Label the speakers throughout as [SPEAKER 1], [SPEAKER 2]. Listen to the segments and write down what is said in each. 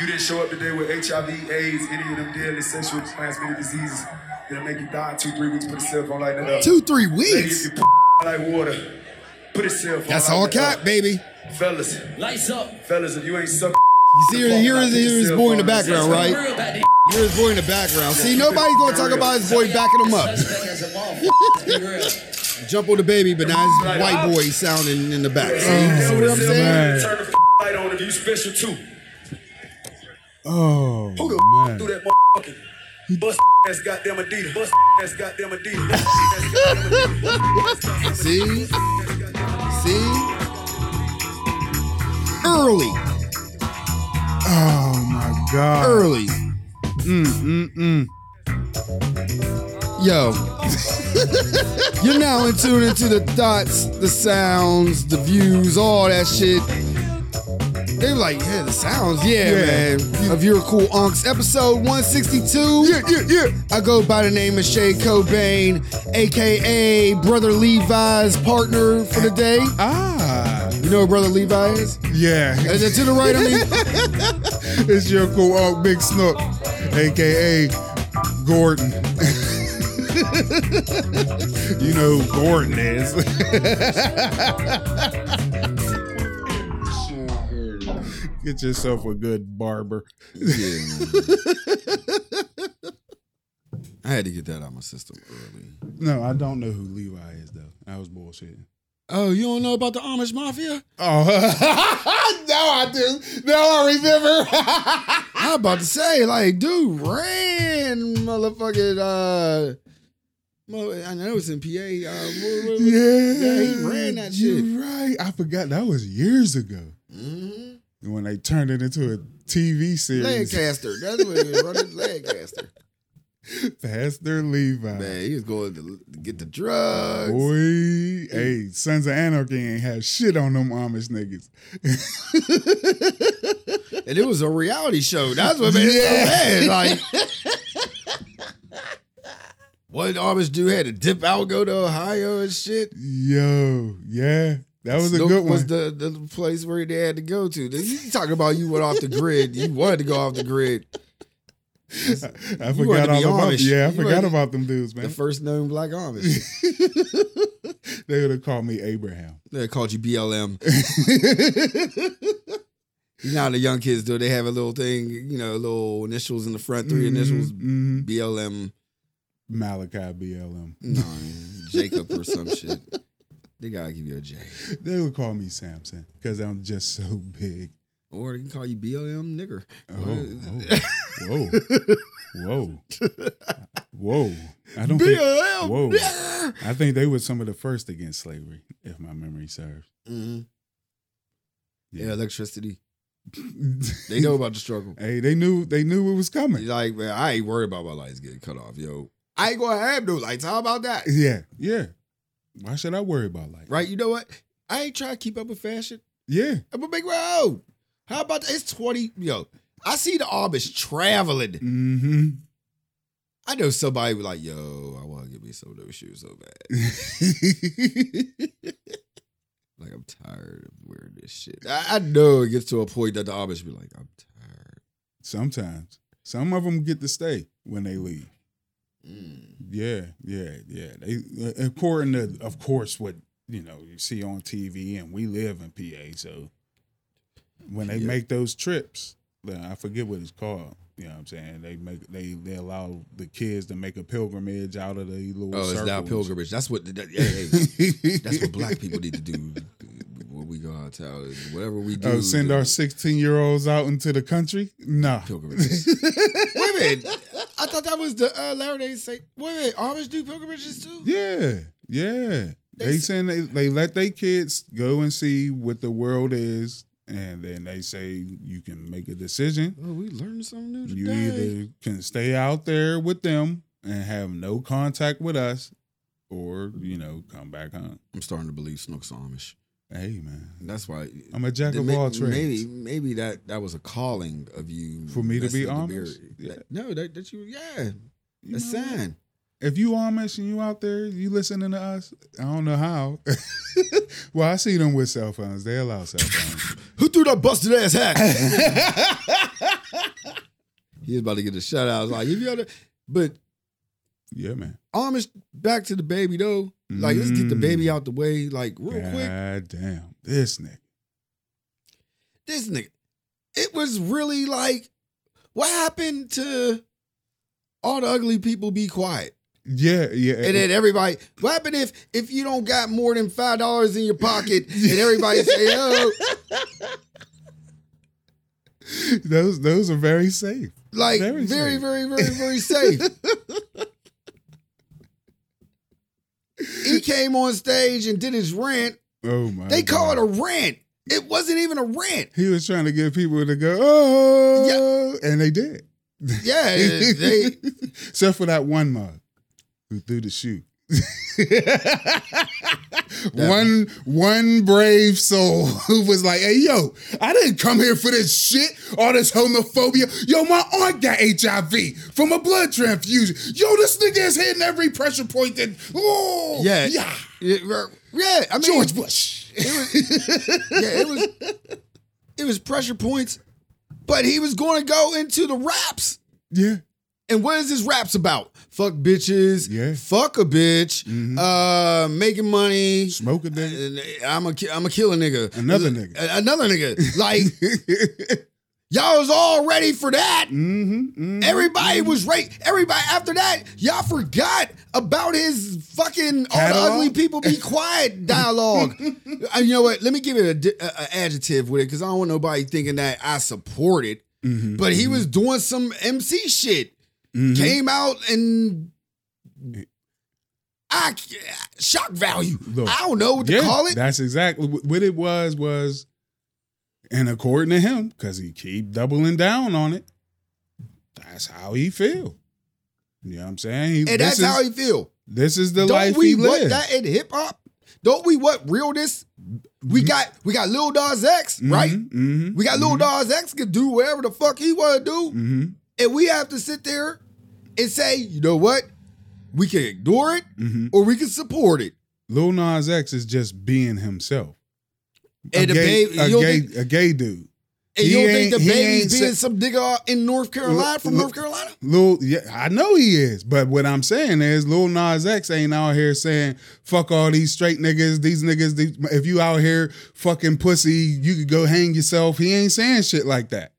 [SPEAKER 1] You didn't show up today with HIV, AIDS, any of them deadly sexual transmitted diseases that'll make you die in two, three weeks. Put a cell phone like that up.
[SPEAKER 2] Two, three
[SPEAKER 1] Lady, if
[SPEAKER 2] weeks.
[SPEAKER 1] you p- like water, put a cell phone
[SPEAKER 2] That's
[SPEAKER 1] like
[SPEAKER 2] all
[SPEAKER 1] that
[SPEAKER 2] cap,
[SPEAKER 1] up.
[SPEAKER 2] baby.
[SPEAKER 1] Fellas,
[SPEAKER 3] Lights up.
[SPEAKER 1] fellas, if you ain't suck,
[SPEAKER 2] You see, here, here is here is boy in the background,
[SPEAKER 3] Right.
[SPEAKER 2] right?
[SPEAKER 3] Real about this
[SPEAKER 2] Here's boy in the background. See, nobody's gonna talk about his boy backing him up.
[SPEAKER 3] suspect as a motherfucker. Be real.
[SPEAKER 2] Jump on the baby, but now it's white boy sounding in the back. See, see what I'm saying?
[SPEAKER 1] turn the f- light on if you special too.
[SPEAKER 4] Oh,
[SPEAKER 1] Who the f-
[SPEAKER 4] man.
[SPEAKER 1] do that motherfucking bust ass goddamn Adidas? Bust ass goddamn Adidas. Bust ass goddamn Adidas. Bust ass goddamn
[SPEAKER 2] See,
[SPEAKER 1] Adidas.
[SPEAKER 2] see. Early,
[SPEAKER 4] Oh my god.
[SPEAKER 2] early. Mm,
[SPEAKER 4] Mm-mm.
[SPEAKER 2] Yo. You're now in tune into the thoughts, the sounds, the views, all that shit. They're like, yeah, the sounds, yeah,
[SPEAKER 4] Yeah.
[SPEAKER 2] man. Of your cool unks, episode 162.
[SPEAKER 4] Yeah, yeah, yeah.
[SPEAKER 2] I go by the name of Shay Cobain, aka Brother Levi's partner for the day.
[SPEAKER 4] Ah.
[SPEAKER 2] You know who Brother Levi is?
[SPEAKER 4] Yeah.
[SPEAKER 2] Is it to the right? I mean,
[SPEAKER 4] It's your cool old Big Snook, aka Gordon. you know who Gordon is. Get yourself a good barber.
[SPEAKER 2] I had to get that out of my system early.
[SPEAKER 4] No, I don't know who Levi is though. I was bullshitting.
[SPEAKER 2] Oh, you don't know about the Amish Mafia?
[SPEAKER 4] Oh now Oh, I do. Now I remember.
[SPEAKER 2] I about to say, like, dude ran motherfucking uh mo- I know it's in PA. Uh, what- what- what-
[SPEAKER 4] yeah,
[SPEAKER 2] Yeah, he ran that shit.
[SPEAKER 4] You're right. I forgot that was years ago
[SPEAKER 2] Mhm.
[SPEAKER 4] when they turned it into a TV series.
[SPEAKER 2] Lancaster. That's what he was running. Lancaster.
[SPEAKER 4] Pastor Levi.
[SPEAKER 2] Man, he was going to to get the drugs.
[SPEAKER 4] Oh, Boy, hey, Sons of Anarchy ain't have shit on them Amish niggas.
[SPEAKER 2] And it was a reality show. That's what made it so bad. Like one Amish dude had to dip out, go to Ohio and shit.
[SPEAKER 4] Yo, yeah, that was a
[SPEAKER 2] Snoop
[SPEAKER 4] good
[SPEAKER 2] Was
[SPEAKER 4] one.
[SPEAKER 2] the, the place where they had to go to? You talking about you went off the grid? You wanted to go off the grid.
[SPEAKER 4] I
[SPEAKER 2] you wanted
[SPEAKER 4] forgot
[SPEAKER 2] to be
[SPEAKER 4] all about.
[SPEAKER 2] Amish.
[SPEAKER 4] Yeah, I
[SPEAKER 2] You
[SPEAKER 4] forgot
[SPEAKER 2] wanted-
[SPEAKER 4] about them dudes,
[SPEAKER 2] The
[SPEAKER 4] man.
[SPEAKER 2] first known black Amish.
[SPEAKER 4] They would have called me Abraham.
[SPEAKER 2] They called you BLM. You know how the young kids do. They have a little thing, you know, little initials in the front, 3 initials,
[SPEAKER 4] Mhm, mhm.
[SPEAKER 2] BLM,
[SPEAKER 4] Malachi BLM.
[SPEAKER 2] no, Jacob or some shit. They gotta give you a J.
[SPEAKER 4] They would call me Samson because I'm just so big.
[SPEAKER 2] Or they can call you BLM nigger.
[SPEAKER 4] Oh, oh, whoa, whoa, whoa! I don't think.
[SPEAKER 2] BLM
[SPEAKER 4] Whoa.
[SPEAKER 2] nigger.
[SPEAKER 4] I think they were some of the first against slavery, if my memory serves.
[SPEAKER 2] Mhm. Yeah.
[SPEAKER 4] Yeah.
[SPEAKER 2] electricity. They know about the struggle.
[SPEAKER 4] hey, they knew they knew it was coming.
[SPEAKER 2] Like, man, I ain't worried about my lights getting cut off, yo. I ain't gonna have no lights. How about that?
[SPEAKER 4] Yeah, yeah. Why should I worry about life?
[SPEAKER 2] Right? You know what? I ain't trying to keep up with fashion.
[SPEAKER 4] Yeah.
[SPEAKER 2] I'm gonna make my own. How about that? It's 20. Yo, I see the Amish traveling.
[SPEAKER 4] Mm-hmm.
[SPEAKER 2] I know somebody was like, yo, I wanna get me some of those shoes so bad. Like, I'm tired of wearing this shit. I, I know it gets to a point that the Amish be like, I'm tired.
[SPEAKER 4] Sometimes some of them get to stay when they leave.
[SPEAKER 2] Mm.
[SPEAKER 4] Yeah, yeah, yeah. They uh, according to, of course, what you know you see on TV, and we live in PA, so when they
[SPEAKER 2] Yeah.
[SPEAKER 4] make those trips, then I forget what it's called. You know what I'm saying? They make they they allow the kids to make a pilgrimage out of the little.
[SPEAKER 2] Oh, it's
[SPEAKER 4] circles.
[SPEAKER 2] now pilgrimage. That's what, that, hey, hey, that's what black people need to do when we go out of town. Whatever we do.
[SPEAKER 4] Oh, send
[SPEAKER 2] the-
[SPEAKER 4] our 16 year olds out into the country? Nah.
[SPEAKER 2] pilgrimages. Wait a minute. I thought that was the uh, Latter Day Saint. Wait a minute. Amish do pilgrimages too?
[SPEAKER 4] Yeah, yeah. They
[SPEAKER 2] s-
[SPEAKER 4] send they, they let their kids go and see what the world is, and then they say you can make a decision.
[SPEAKER 2] Oh, we learned something new
[SPEAKER 4] You
[SPEAKER 2] today.
[SPEAKER 4] either can stay out there with them and have no contact with us, or you know come back home.
[SPEAKER 2] I'm starting to believe Snook's Amish.
[SPEAKER 4] Hey man,
[SPEAKER 2] That's why.
[SPEAKER 4] I'm a jack of
[SPEAKER 2] May-
[SPEAKER 4] all trades.
[SPEAKER 2] Maybe, maybe that that was a calling of you
[SPEAKER 4] For me to be
[SPEAKER 2] messing with the
[SPEAKER 4] Amish?
[SPEAKER 2] beard.
[SPEAKER 4] Yeah.
[SPEAKER 2] No, that, that you, yeah, a
[SPEAKER 4] You know what?
[SPEAKER 2] sign.
[SPEAKER 4] if you Amish and you out there, you listening to us. I don't know how. well, I see them with cell phones. They allow cell phones.
[SPEAKER 2] Who threw that busted ass hat? He was about to get a shout out. I was like, if you ever, but
[SPEAKER 4] Yeah, man.
[SPEAKER 2] Amish back to the baby though. Like, let's get the baby
[SPEAKER 4] Mm.
[SPEAKER 2] out the way, like real quick.
[SPEAKER 4] God damn. This nigga.
[SPEAKER 2] This nigga, it was really like, what happened to all the ugly people? Be quiet,
[SPEAKER 4] Yeah, yeah.
[SPEAKER 2] and then everybody. What happened if if you don't got more than five dollars in your pocket, and everybody say, oh,
[SPEAKER 4] those those are very safe.
[SPEAKER 2] like
[SPEAKER 4] Very
[SPEAKER 2] very
[SPEAKER 4] safe.
[SPEAKER 2] very very very safe. he came on stage and did his rant.
[SPEAKER 4] Oh my
[SPEAKER 2] They
[SPEAKER 4] God.
[SPEAKER 2] call it a rant. It wasn't even a rant.
[SPEAKER 4] He was trying to get people to go, oh, and they did.
[SPEAKER 2] Yeah, they
[SPEAKER 4] Except for that one mug who threw the shoe. one one brave soul who was like, "Hey, yo, I didn't come here for this shit, all this homophobia. Yo, my aunt got HIV from a blood transfusion. Yo, this nigga is hitting every pressure point that. Oh,
[SPEAKER 2] yeah,
[SPEAKER 4] yeah,
[SPEAKER 2] yeah. right. Yeah, I mean,
[SPEAKER 4] George Bush.
[SPEAKER 2] yeah, it was it was pressure points, but he was going to go into the raps.
[SPEAKER 4] Yeah,
[SPEAKER 2] And what is his raps about? Fuck bitches.
[SPEAKER 4] Yeah. Mm-hmm.
[SPEAKER 2] Fuck a bitch. Uh, making money.
[SPEAKER 4] smoke a nigga.
[SPEAKER 2] And I'm a ki- I'm a killer nigga.
[SPEAKER 4] Another nigga.
[SPEAKER 2] A- Another nigga. Like y'all was all ready for that.
[SPEAKER 4] Mm-hmm.
[SPEAKER 2] Everybody was right. Everybody after that, y'all forgot about his fucking all
[SPEAKER 4] Catalog?
[SPEAKER 2] the ugly people be quiet dialogue. Uh, you know what? Let me give it a, di- a, a adjective with it because I don't want nobody thinking that I support it.
[SPEAKER 4] mm-hmm.
[SPEAKER 2] But he was doing some MC shit. Came out and I c- shock value.
[SPEAKER 4] Look,
[SPEAKER 2] I don't know what to
[SPEAKER 4] yeah,
[SPEAKER 2] call it.
[SPEAKER 4] That's exactly wh- what it was. Was and according to him, because he keep doubling down on it, that's how he feel. You know what I'm saying? He-
[SPEAKER 2] and that's
[SPEAKER 4] is,
[SPEAKER 2] how he feel.
[SPEAKER 4] this is the
[SPEAKER 2] Don't
[SPEAKER 4] life
[SPEAKER 2] we
[SPEAKER 4] he
[SPEAKER 2] what
[SPEAKER 4] lived.
[SPEAKER 2] that in hip hop? Don't we what realness? We got we got Lil Nas X, right?
[SPEAKER 4] Mm-hmm.
[SPEAKER 2] We got Lil Nas X could do whatever the fuck he want to do,
[SPEAKER 4] hmm
[SPEAKER 2] and we have to sit there and say, you know what? We can ignore it or we can support it.
[SPEAKER 4] mm-hmm. Lil Nas X is just being himself.
[SPEAKER 2] And the
[SPEAKER 4] gay,
[SPEAKER 2] baby,
[SPEAKER 4] a,
[SPEAKER 2] you don't
[SPEAKER 4] gay
[SPEAKER 2] think,
[SPEAKER 4] a gay dude.
[SPEAKER 2] and you
[SPEAKER 4] he
[SPEAKER 2] don't think the
[SPEAKER 4] ain't- he ain't
[SPEAKER 2] baby's
[SPEAKER 4] sa-
[SPEAKER 2] being some nigga in North Carolina from
[SPEAKER 4] Look-
[SPEAKER 2] North Carolina?
[SPEAKER 4] Lil, yeah, I know he is, but what I'm saying is Lil Nas X ain't out here saying fuck all these straight niggas, these niggas. These, if you out here fucking pussy, you could go hang yourself. He ain't saying shit like that.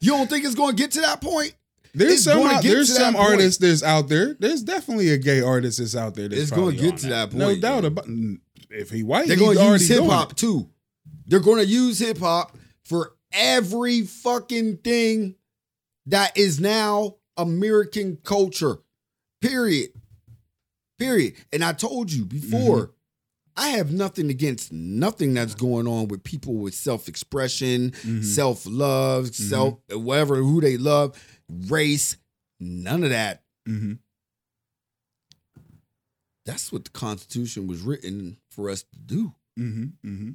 [SPEAKER 2] You don't think it's going to get to that point?
[SPEAKER 4] There's
[SPEAKER 2] It's
[SPEAKER 4] some
[SPEAKER 2] gonna
[SPEAKER 4] out-
[SPEAKER 2] get
[SPEAKER 4] there's
[SPEAKER 2] to that
[SPEAKER 4] some
[SPEAKER 2] point.
[SPEAKER 4] artists that's out there. There's definitely a gay artist that's out there. That's
[SPEAKER 2] It's gonna
[SPEAKER 4] probably
[SPEAKER 2] get
[SPEAKER 4] on
[SPEAKER 2] to that
[SPEAKER 4] No
[SPEAKER 2] point,
[SPEAKER 4] doubt
[SPEAKER 2] yeah.
[SPEAKER 4] about. mm, If he white,
[SPEAKER 2] They're
[SPEAKER 4] he's
[SPEAKER 2] going to
[SPEAKER 4] already
[SPEAKER 2] use hip
[SPEAKER 4] doing
[SPEAKER 2] hop
[SPEAKER 4] it.
[SPEAKER 2] too. They're going to use hip hop for every fucking thing that is now American culture. Period. Period. And I told you before,
[SPEAKER 4] Mm-hmm.
[SPEAKER 2] I have nothing against nothing that's going on with people with self expression,
[SPEAKER 4] Mm-hmm.
[SPEAKER 2] self love, self whatever, who they love, race, none of that.
[SPEAKER 4] Mhm.
[SPEAKER 2] That's what the Constitution was written for us to do.
[SPEAKER 4] Mhm. Mhm.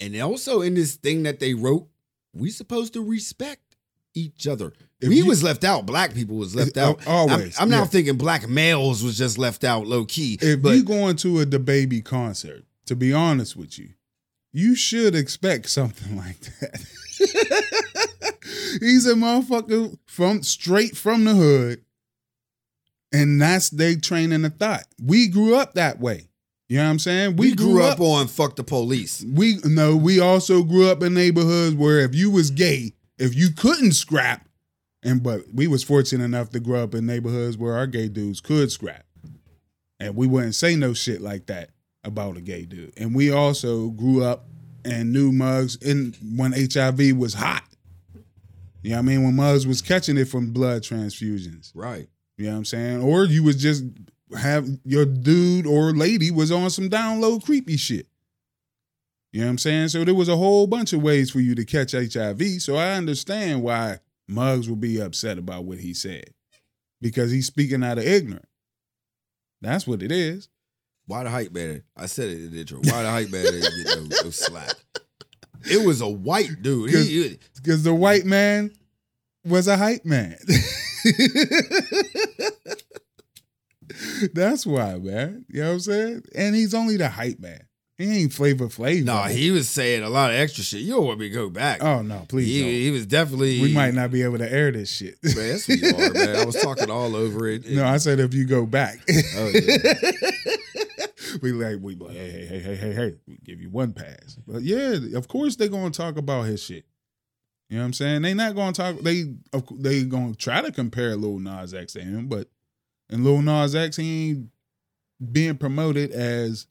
[SPEAKER 2] And also in this thing that they wrote, we supposed to respect each other.
[SPEAKER 4] If
[SPEAKER 2] we
[SPEAKER 4] you-
[SPEAKER 2] was left out. Black people was left out.
[SPEAKER 4] Al- always,
[SPEAKER 2] I'm, I'm now
[SPEAKER 4] yeah.
[SPEAKER 2] thinking black males was just left out low key.
[SPEAKER 4] If
[SPEAKER 2] Eh, but
[SPEAKER 4] you going to a the baby concert, to be honest with you, you should expect something like that. He's a motherfucker from straight from the hood, and that's they training the thought. We grew up that way. You know what I'm saying?
[SPEAKER 2] we, grew, up, on fuck the police.
[SPEAKER 4] we no, we also grew up in neighborhoods where if you was gay, if you couldn't scrap, and but we was fortunate enough to grow up in neighborhoods where our gay dudes could scrap. And we wouldn't say no shit like that about a gay dude. And we also grew up and knew mugs in when HIV was hot. You know what I mean? When mugs was catching it from blood transfusions.
[SPEAKER 2] Right.
[SPEAKER 4] You know what I'm saying? Or you was just have your dude or lady was on some down low creepy shit. You know what I'm saying? So there was a whole bunch of ways for you to catch HIV. So I understand why Muggs would be upset about what he said. Because he's speaking out of ignorance. That's what it is.
[SPEAKER 2] Why the hype man? I said it in the intro. Why the hype man didn't get no, no slack? It was a white dude. He- he-
[SPEAKER 4] Because the white man was a hype man. That's why, man. You know what I'm saying? And he's only the hype man. He ain't flavor flavor.
[SPEAKER 2] No, he was saying a lot of extra shit. You don't want me to go back.
[SPEAKER 4] Oh no, please
[SPEAKER 2] he, he was definitely.
[SPEAKER 4] don't. We might not be able to air this shit.
[SPEAKER 2] Man, that's what you are, man. I was talking all over it.
[SPEAKER 4] no, I said if you go back,
[SPEAKER 2] Oh, yeah.
[SPEAKER 4] we like we like, hey hey hey hey hey hey. We give you one pass, but yeah, of course they're gonna talk about his shit. You know what I'm saying? They not gonna talk. They of cou- they gonna try to compare Lil Nas X to him, but and Lil Nas X he ain't being promoted as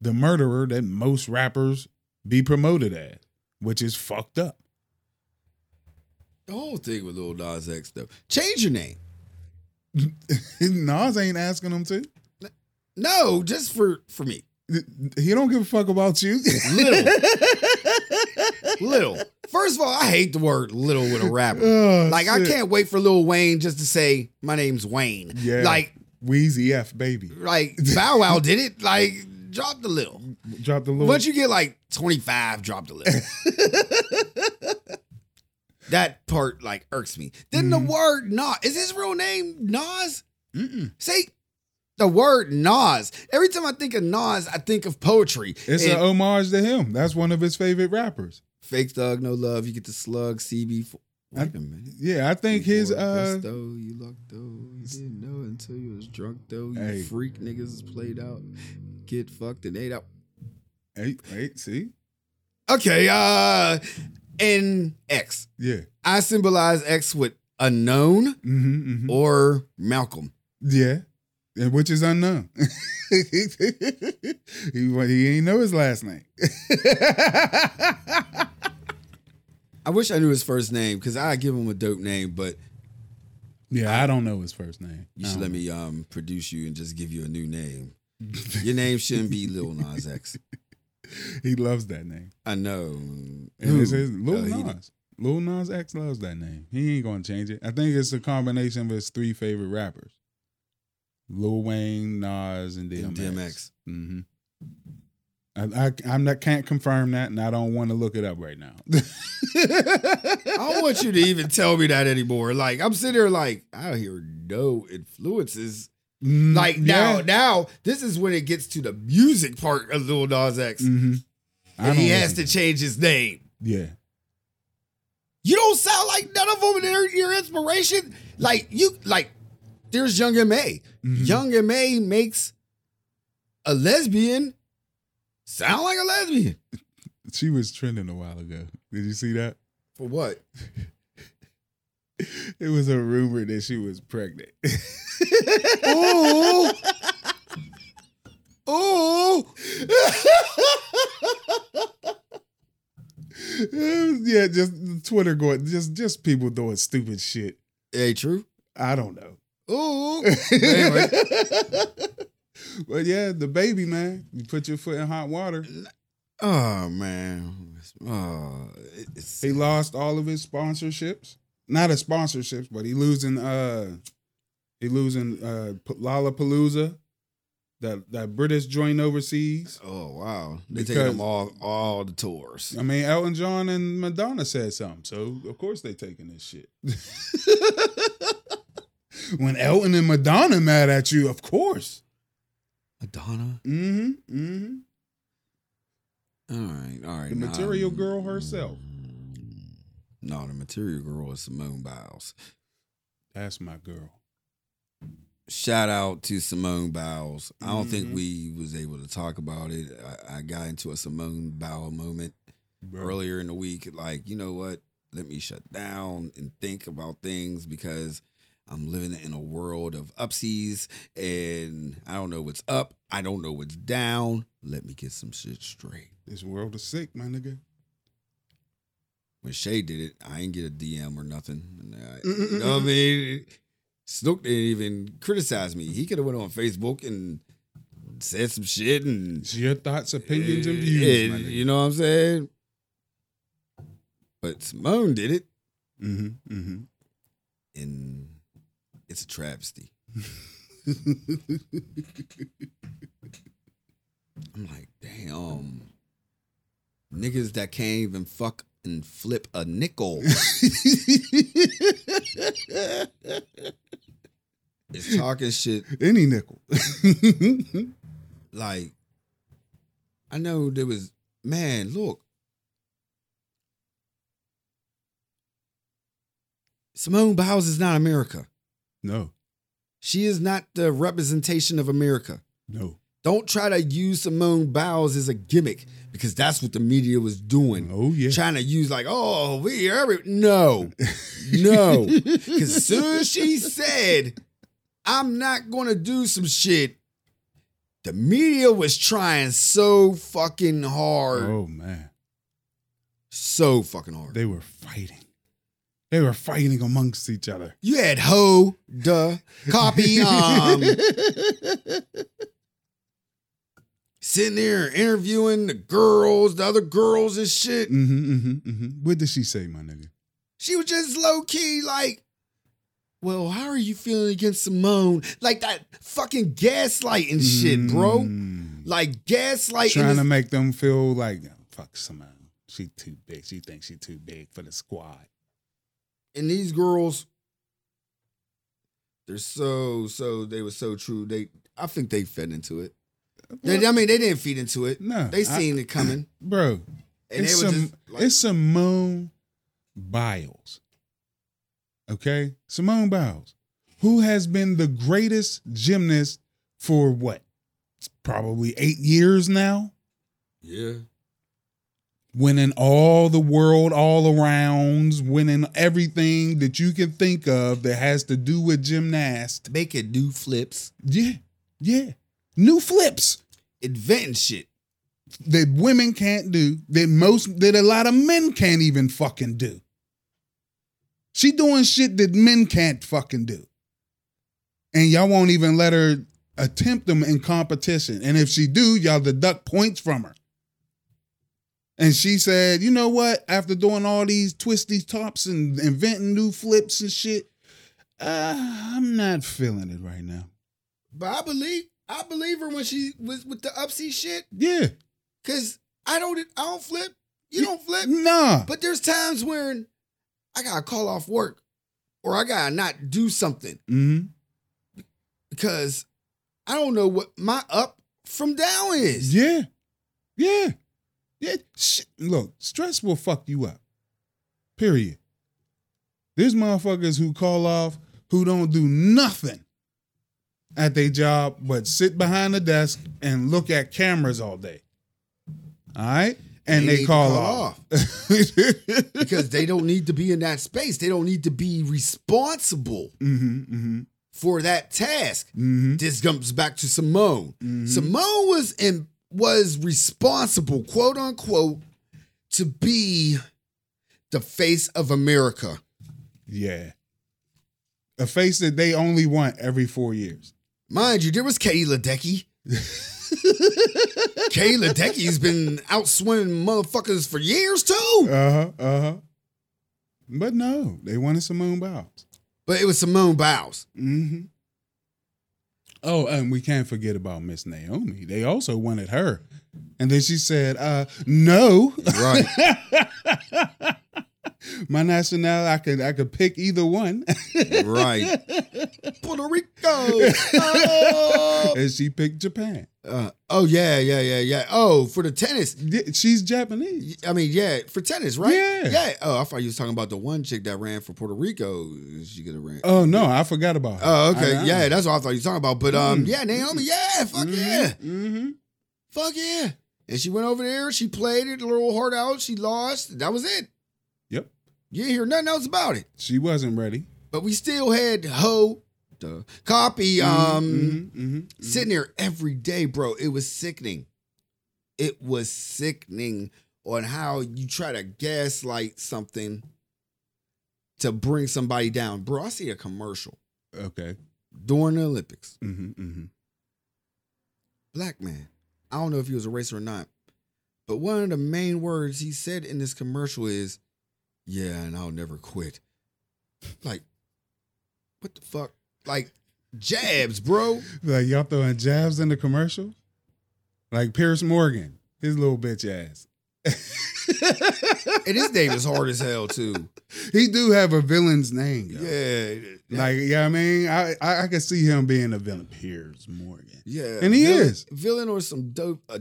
[SPEAKER 4] the murderer that most rappers be promoted as, which is fucked up.
[SPEAKER 2] The whole thing with Lil Nas X, though. Change your name.
[SPEAKER 4] Nas ain't asking him to.
[SPEAKER 2] No, just for for me.
[SPEAKER 4] He don't give a fuck about you.
[SPEAKER 2] Little. little. First of all, I hate the word little with a rapper.
[SPEAKER 4] Oh,
[SPEAKER 2] Like, I
[SPEAKER 4] shit.
[SPEAKER 2] can't wait for Lil Wayne just to say, my name's Wayne.
[SPEAKER 4] Yeah.
[SPEAKER 2] Like,
[SPEAKER 4] Wheezy F baby.
[SPEAKER 2] like Bow Wow did it. Like, drop the little.
[SPEAKER 4] Drop the little.
[SPEAKER 2] Once you get like 25, drop the little. that part, like, irks me. Then
[SPEAKER 4] Mhm.
[SPEAKER 2] the word Nas. Is his real name Nas?
[SPEAKER 4] Mm-mm.
[SPEAKER 2] Say the word Nas. Every time I think of Nas, I think of poetry.
[SPEAKER 4] It's
[SPEAKER 2] And
[SPEAKER 4] an homage to him. That's one of his favorite rappers.
[SPEAKER 2] fake thug, no love. You get the slug, CB. Wait a minute.
[SPEAKER 4] Yeah, I think his
[SPEAKER 2] You wore the best
[SPEAKER 4] uh
[SPEAKER 2] though, you luck though, you didn't know until you was drunk though. You
[SPEAKER 4] Hey.
[SPEAKER 2] freak niggas is played out, get fucked and ate out.
[SPEAKER 4] hey, wait, see?
[SPEAKER 2] Okay, uh, and X.
[SPEAKER 4] Yeah.
[SPEAKER 2] I symbolize X with unknown
[SPEAKER 4] hmm hmm
[SPEAKER 2] or Malcolm.
[SPEAKER 4] Yeah. And which is unknown. he, he ain't know his last name.
[SPEAKER 2] I wish I knew his first name because I give him a dope name, but
[SPEAKER 4] Yeah, I don't know his first name.
[SPEAKER 2] you should let me um produce you and just give you a new name. Your name shouldn't be Lil Nas X.
[SPEAKER 4] He loves that name.
[SPEAKER 2] I know.
[SPEAKER 4] And it's his Lil
[SPEAKER 2] Uh, he did-
[SPEAKER 4] Nas. Lil Nas X loves that name. He ain't gonna change it. I think it's a combination of his three favorite rappers. Lil Wayne, Nas, and DMX.
[SPEAKER 2] And DMX.
[SPEAKER 4] Mm-hmm. I, I I'm not can't confirm that, and I don't want to look it up right now.
[SPEAKER 2] I don't want you to even tell me that anymore. Like I'm sitting here, like I hear no influences.
[SPEAKER 4] Mm,
[SPEAKER 2] Like now,
[SPEAKER 4] yeah.
[SPEAKER 2] now this is when it gets to the music part of Lil Nas X,
[SPEAKER 4] Mhm. I
[SPEAKER 2] and he
[SPEAKER 4] don't
[SPEAKER 2] has
[SPEAKER 4] listen-
[SPEAKER 2] to change his name.
[SPEAKER 4] Yeah,
[SPEAKER 2] You don't sound like none of them. And they're your inspiration. Like you, like there's Young Ma. Young Ma makes a lesbian sound like a lesbian.
[SPEAKER 4] she was trending a while ago. Did you see that?
[SPEAKER 2] For what?
[SPEAKER 4] It was a rumor that she was pregnant.
[SPEAKER 2] Ooh. Ooh.
[SPEAKER 4] yeah, just Twitter going, just just people doing stupid shit.
[SPEAKER 2] Hey, true.
[SPEAKER 4] I don't know.
[SPEAKER 2] Ooh.
[SPEAKER 4] But yeah, the baby man, you put your foot in hot water.
[SPEAKER 2] Oh man. Oh, it's,
[SPEAKER 4] He lost all of his sponsorships. Not his sponsorships, but he losing uh he losing uh P- Lollapalooza, that that British joint overseas.
[SPEAKER 2] oh wow. They taking
[SPEAKER 4] Because-
[SPEAKER 2] them all all the tours.
[SPEAKER 4] I mean, Elton John and Madonna said something, so of course they taking this shit. when Elton and Madonna mad at you, of course.
[SPEAKER 2] Madonna.
[SPEAKER 4] Mm-hmm. Mm-hmm.
[SPEAKER 2] All right, all right.
[SPEAKER 4] The
[SPEAKER 2] nah.
[SPEAKER 4] material girl herself.
[SPEAKER 2] No, the material girl is Simone Biles.
[SPEAKER 4] That's my girl.
[SPEAKER 2] Shout out to Simone Biles. I don't think
[SPEAKER 4] Mhm.
[SPEAKER 2] we was able to talk about it. I, I got into a Simone Biles moment earlier in the week, like, you know what? Let me shut down and think about things because I'm living in a world of upsies and I don't know what's up. I don't know what's down. Let me get some shit straight.
[SPEAKER 4] This world is sick, my nigga.
[SPEAKER 2] When Shay did it, I didn't get a DM or nothing. And I,
[SPEAKER 4] Mm-mm-mm-mm.
[SPEAKER 2] you know what I mean? Snook didn't even criticize me. He could have went on Facebook and said some shit and
[SPEAKER 4] It's your thoughts, opinions, and
[SPEAKER 2] Yeah,
[SPEAKER 4] views. my nigga.
[SPEAKER 2] you know what I'm saying? But Simone did it.
[SPEAKER 4] Mm-hmm. Mm-hmm.
[SPEAKER 2] and it's a travesty.
[SPEAKER 4] mm-hmm.
[SPEAKER 2] I'm like, damn, niggas that can't even fuck and flip a nickel is talking shit
[SPEAKER 4] Any nickel.
[SPEAKER 2] like I know there was man. Look, Simone Biles is not America.
[SPEAKER 4] No,
[SPEAKER 2] She is not the representation of America.
[SPEAKER 4] no.
[SPEAKER 2] Don't try to use Simone Biles as a gimmick because that's what the media was doing.
[SPEAKER 4] Oh yeah.
[SPEAKER 2] Trying to use like, oh, we are every-" no, no. Because soon as she said, I'm not going to do some shit, the media was trying so fucking hard.
[SPEAKER 4] Oh man.
[SPEAKER 2] So fucking hard.
[SPEAKER 4] They were fighting. They were fighting amongst each other.
[SPEAKER 2] you had ho, duh, copy, um, sitting there interviewing the girls, the other girls and shit.
[SPEAKER 4] hmm hmm What did she say, my nigga?
[SPEAKER 2] She was just low key like, well, how are you feeling against Simone? Like that fucking gaslighting shit, bro.
[SPEAKER 4] Mm.
[SPEAKER 2] Like gaslighting.
[SPEAKER 4] Trying
[SPEAKER 2] is-
[SPEAKER 4] to make them feel like "Oh, fuck Simone. She too big. She thinks she too big for the squad.
[SPEAKER 2] and these girls, they're so, so, they were so true. They, I think they fed into it. They, I mean, they didn't feed into it.
[SPEAKER 4] No,
[SPEAKER 2] They seen it coming.
[SPEAKER 4] I, bro.
[SPEAKER 2] And
[SPEAKER 4] it's
[SPEAKER 2] they were
[SPEAKER 4] some,
[SPEAKER 2] just like,
[SPEAKER 4] it's Simone Biles. Okay, Simone Biles, who has been the greatest gymnast for what? It's probably eight years now,
[SPEAKER 2] yeah.
[SPEAKER 4] winning all the world all arounds, winning everything that you can think of that has to do with gymnast.
[SPEAKER 2] Make it do flips,
[SPEAKER 4] Yeah, yeah, new flips.
[SPEAKER 2] inventing shit.
[SPEAKER 4] that women can't do that most that a lot of men can't even fucking do. She doing shit that men can't fucking do. And y'all won't even let her attempt them in competition. And if she do, y'all deduct points from her. And she said, you know what? After doing all these twisty tops and inventing new flips and shit, uh, I'm not feeling it right now.
[SPEAKER 2] But I believe, I believe her when she was with the upsy shit.
[SPEAKER 4] Yeah.
[SPEAKER 2] Cause I don't I don't flip. You don't flip.
[SPEAKER 4] Nah.
[SPEAKER 2] But there's times when I gotta call off work or I gotta not do something
[SPEAKER 4] hmm
[SPEAKER 2] because I don't know what my up from down is.
[SPEAKER 4] Yeah. Yeah. Yeah. Shit. Look, stress will fuck you up. Period. There's motherfuckers who call off who don't do nothing at their job but sit behind the desk and look at cameras all day. All right? And
[SPEAKER 2] They
[SPEAKER 4] they,
[SPEAKER 2] need to
[SPEAKER 4] call,
[SPEAKER 2] call
[SPEAKER 4] off. Mm-hmm,
[SPEAKER 2] Because they don't need to be in that space. They don't need to be responsible
[SPEAKER 4] hmm hmm
[SPEAKER 2] for that task.
[SPEAKER 4] hmm
[SPEAKER 2] This comes back to Simone. Simone was in, was responsible, quote unquote, to be the face of America.
[SPEAKER 4] Yeah. A face that they only want every four years.
[SPEAKER 2] Mind you, there was Katie Ledecky. Katie Ledecky's been out swimming motherfuckers for years too.
[SPEAKER 4] Uh huh. Uh huh. But no, they wanted Simone Biles.
[SPEAKER 2] But it was Simone Biles.
[SPEAKER 4] Mm-hmm. Oh, and we can't forget about Miss Naomi. They also wanted her. And then she said, uh, no.
[SPEAKER 2] Right.
[SPEAKER 4] My nationality, I could I could pick either one.
[SPEAKER 2] right. Puerto Rico. Oh.
[SPEAKER 4] and she picked Japan.
[SPEAKER 2] Uh, oh yeah, yeah, yeah, yeah. Oh, for the tennis.
[SPEAKER 4] Yeah, She's Japanese.
[SPEAKER 2] I mean, yeah, for tennis, right?
[SPEAKER 4] Yeah.
[SPEAKER 2] Yeah. Oh, I thought you was talking about the one chick that ran for Puerto Rico. She could have ran.
[SPEAKER 4] Oh no, I forgot about her.
[SPEAKER 2] Oh, okay.
[SPEAKER 4] I- I-
[SPEAKER 2] yeah, that's what I thought you were talking about. But um,
[SPEAKER 4] Mm.
[SPEAKER 2] yeah, Naomi, yeah, fuck
[SPEAKER 4] Mhm,
[SPEAKER 2] yeah.
[SPEAKER 4] mhm.
[SPEAKER 2] Fuck yeah. And she went over there, she played it a little hard out, she lost. That was it.
[SPEAKER 4] Yep.
[SPEAKER 2] You didn't hear nothing else about it.
[SPEAKER 4] She wasn't ready.
[SPEAKER 2] But we still had Ho, the copy, um,
[SPEAKER 4] Mhm, mhm, mhm.
[SPEAKER 2] sitting there every day, bro. It was sickening. It was sickening on how you try to gaslight something to bring somebody down. Bro, I see a commercial
[SPEAKER 4] Okay.
[SPEAKER 2] during the Olympics.
[SPEAKER 4] Mhm, mhm.
[SPEAKER 2] black man. I don't know if he was a racer or not, but one of the main words he said in this commercial is, "Yeah, and I'll never quit." Like, what the fuck? Like jabs, bro.
[SPEAKER 4] Like y'all throwing jabs in the commercial? Like Pierce Morgan, his little bitch ass.
[SPEAKER 2] And his name is hard as hell too.
[SPEAKER 4] He do have a villain's name. yo.
[SPEAKER 2] Yeah,
[SPEAKER 4] Like, yeah, I mean, I, I I can see him being a villain. Piers Morgan.
[SPEAKER 2] yeah,
[SPEAKER 4] and he
[SPEAKER 2] villain,
[SPEAKER 4] is.
[SPEAKER 2] villain or some dope, a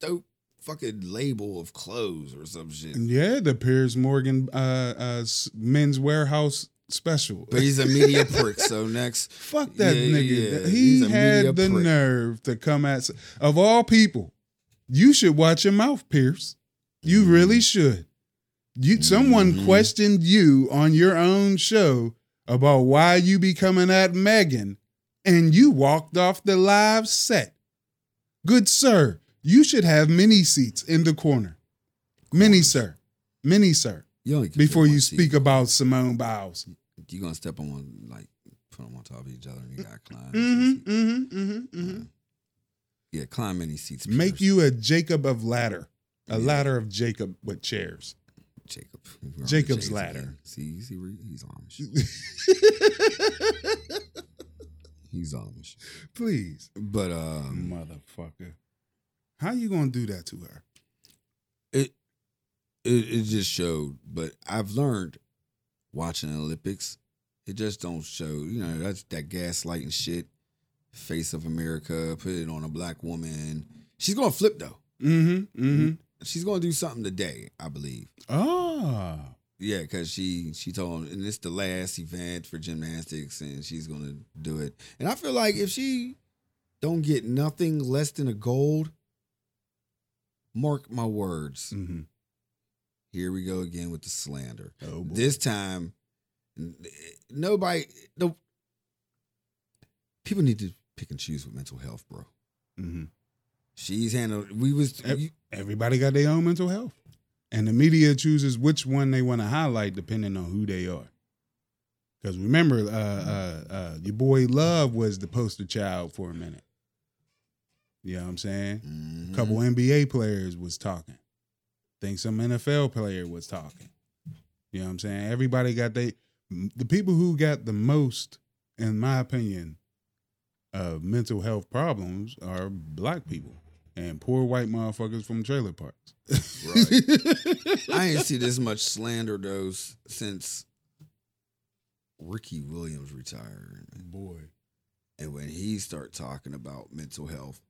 [SPEAKER 2] dope fucking label of clothes or some shit.
[SPEAKER 4] Yeah, the Piers Morgan uh, uh, s- men's warehouse special.
[SPEAKER 2] But he's a media prick. So next,
[SPEAKER 4] Fuck that
[SPEAKER 2] Yeah,
[SPEAKER 4] nigga.
[SPEAKER 2] yeah, he's
[SPEAKER 4] He
[SPEAKER 2] a media
[SPEAKER 4] had the
[SPEAKER 2] prick.
[SPEAKER 4] nerve to come at s- of all people. You should watch your mouth, Pierce. You
[SPEAKER 2] Mm-hmm.
[SPEAKER 4] really should. You someone
[SPEAKER 2] Mhm.
[SPEAKER 4] questioned you on your own show about why you be coming at Megan, and you walked off the live set. Good sir, you should have mini seats in the corner. Mini sir, mini sir.
[SPEAKER 2] you only can fit
[SPEAKER 4] Before
[SPEAKER 2] one
[SPEAKER 4] you
[SPEAKER 2] seat.
[SPEAKER 4] speak about Simone Biles.
[SPEAKER 2] you gonna step on one, like put them on top of each other, and you got climb.
[SPEAKER 4] Mm-hmm, mm-hmm, mm-hmm, mm-hmm.
[SPEAKER 2] Yeah, climb any seats.
[SPEAKER 4] Make
[SPEAKER 2] Pierce.
[SPEAKER 4] you a Jacob of ladder, a
[SPEAKER 2] Yeah.
[SPEAKER 4] ladder of Jacob with chairs.
[SPEAKER 2] Jacob. We're on the
[SPEAKER 4] Jacob's
[SPEAKER 2] Jays
[SPEAKER 4] ladder.
[SPEAKER 2] again. See, you see, where he- he's Amish. He's Amish.
[SPEAKER 4] Please,
[SPEAKER 2] But um,
[SPEAKER 4] motherfucker, how you gonna do that to her?
[SPEAKER 2] it, it it just showed. But I've learned watching the Olympics, it just don't show. You know, that's that gaslighting shit. Face of America, put it on a black woman. She's gonna flip though.
[SPEAKER 4] Mm-hmm. Mm-hmm.
[SPEAKER 2] She's gonna do something today, I believe.
[SPEAKER 4] Oh,
[SPEAKER 2] Yeah, because she she told him, and it's the last event for gymnastics, and she's gonna do it. And I feel like if she don't get nothing less than a gold, mark my words.
[SPEAKER 4] mm-hmm.
[SPEAKER 2] Here we go again with the slander.
[SPEAKER 4] oh boy.
[SPEAKER 2] This time, n- nobody, no, people need to pick and choose with mental health, bro.
[SPEAKER 4] Mhm.
[SPEAKER 2] She's handled. We was
[SPEAKER 4] Ev-
[SPEAKER 2] you-
[SPEAKER 4] Everybody got their own mental health, and the media chooses which one they want to highlight depending on who they are. Because remember, uh, uh, uh, your boy Love was the poster child for a minute. You know what I'm saying?
[SPEAKER 2] Mhm.
[SPEAKER 4] couple NBA players was talking. Think some NFL player was talking. You know what I'm saying? Everybody got they the people who got the most, in my opinion, of mental health problems are black people and poor white motherfuckers from trailer parks.
[SPEAKER 2] Right. I ain't see this much slander though s- since Ricky Williams retired,
[SPEAKER 4] Boy.
[SPEAKER 2] and when he started talking about mental health,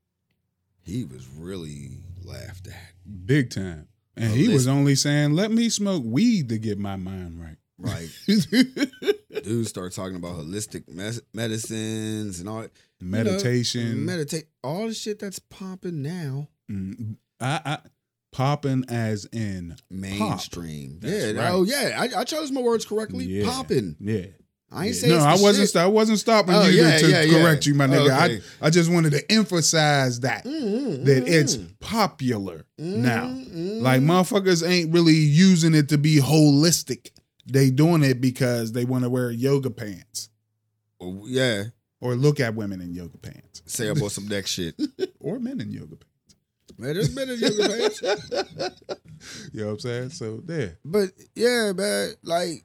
[SPEAKER 2] he was really laughed at.
[SPEAKER 4] Big time. And
[SPEAKER 2] Well,
[SPEAKER 4] he was
[SPEAKER 2] listen.
[SPEAKER 4] only saying, let me smoke weed to get my mind right.
[SPEAKER 2] Like dudes start talking about holistic mes- medicines and all that
[SPEAKER 4] Meditation.
[SPEAKER 2] meditate, all the shit that's popping now,
[SPEAKER 4] Mm, I, I popping as in
[SPEAKER 2] mainstream.
[SPEAKER 4] That's
[SPEAKER 2] yeah,
[SPEAKER 4] right.
[SPEAKER 2] oh yeah, I, I chose my words correctly.
[SPEAKER 4] Yeah.
[SPEAKER 2] Popping.
[SPEAKER 4] Yeah.
[SPEAKER 2] I ain't
[SPEAKER 4] Yeah.
[SPEAKER 2] saying
[SPEAKER 4] no.
[SPEAKER 2] it's
[SPEAKER 4] I
[SPEAKER 2] the
[SPEAKER 4] wasn't.
[SPEAKER 2] shit.
[SPEAKER 4] st- I wasn't stopping
[SPEAKER 2] Oh,
[SPEAKER 4] you
[SPEAKER 2] yeah,
[SPEAKER 4] to
[SPEAKER 2] yeah, yeah.
[SPEAKER 4] correct you, my nigga.
[SPEAKER 2] Okay.
[SPEAKER 4] I I just wanted to emphasize that
[SPEAKER 2] Mm, mm,
[SPEAKER 4] that
[SPEAKER 2] mm,
[SPEAKER 4] it's
[SPEAKER 2] mm.
[SPEAKER 4] popular now.
[SPEAKER 2] Mm,
[SPEAKER 4] Like
[SPEAKER 2] mm.
[SPEAKER 4] motherfuckers ain't really using it to be holistic. They doing it because they want to wear yoga pants
[SPEAKER 2] Oh, yeah,
[SPEAKER 4] or look at women in yoga pants
[SPEAKER 2] say about some next shit.
[SPEAKER 4] or men in yoga pants.
[SPEAKER 2] Man, there's been a yoga pants.
[SPEAKER 4] You know what I'm saying? So there.
[SPEAKER 2] But yeah, man, like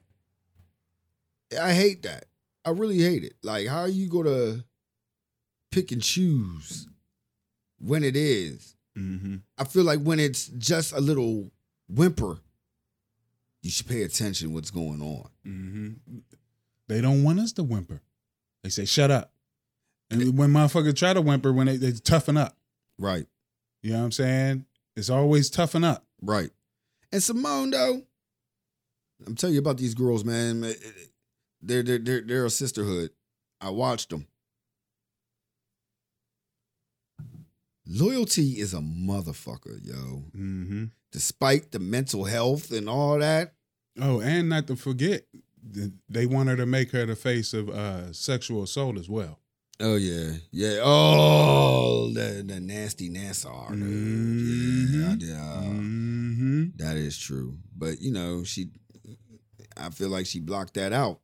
[SPEAKER 2] I hate that. I really hate it. Like, how are you gonna pick and choose when it is?
[SPEAKER 4] Mm-hmm.
[SPEAKER 2] I feel like when it's just a little whimper, you should pay attention what's going on.
[SPEAKER 4] Mm-hmm. They don't want us to whimper. They say shut up. And when motherfuckers try to whimper, when they, they toughen up.
[SPEAKER 2] Right,
[SPEAKER 4] You know what I'm saying? It's always toughen up.
[SPEAKER 2] right. And Simone though, I'm telling you about these girls, man. They're they're they're, they're a sisterhood. I watched them. Loyalty is a motherfucker, yo.
[SPEAKER 4] Mm-hmm.
[SPEAKER 2] Despite the mental health and all that,
[SPEAKER 4] Oh, and not to forget, th- they want her to make her the face of uh, sexual assault as well.
[SPEAKER 2] Oh yeah, yeah. Oh, the the nasty Nassar. dude. Yeah, I
[SPEAKER 4] Mhm.
[SPEAKER 2] did, uh,
[SPEAKER 4] mm-hmm.
[SPEAKER 2] that is true. But you know, she, I feel like she blocked that out.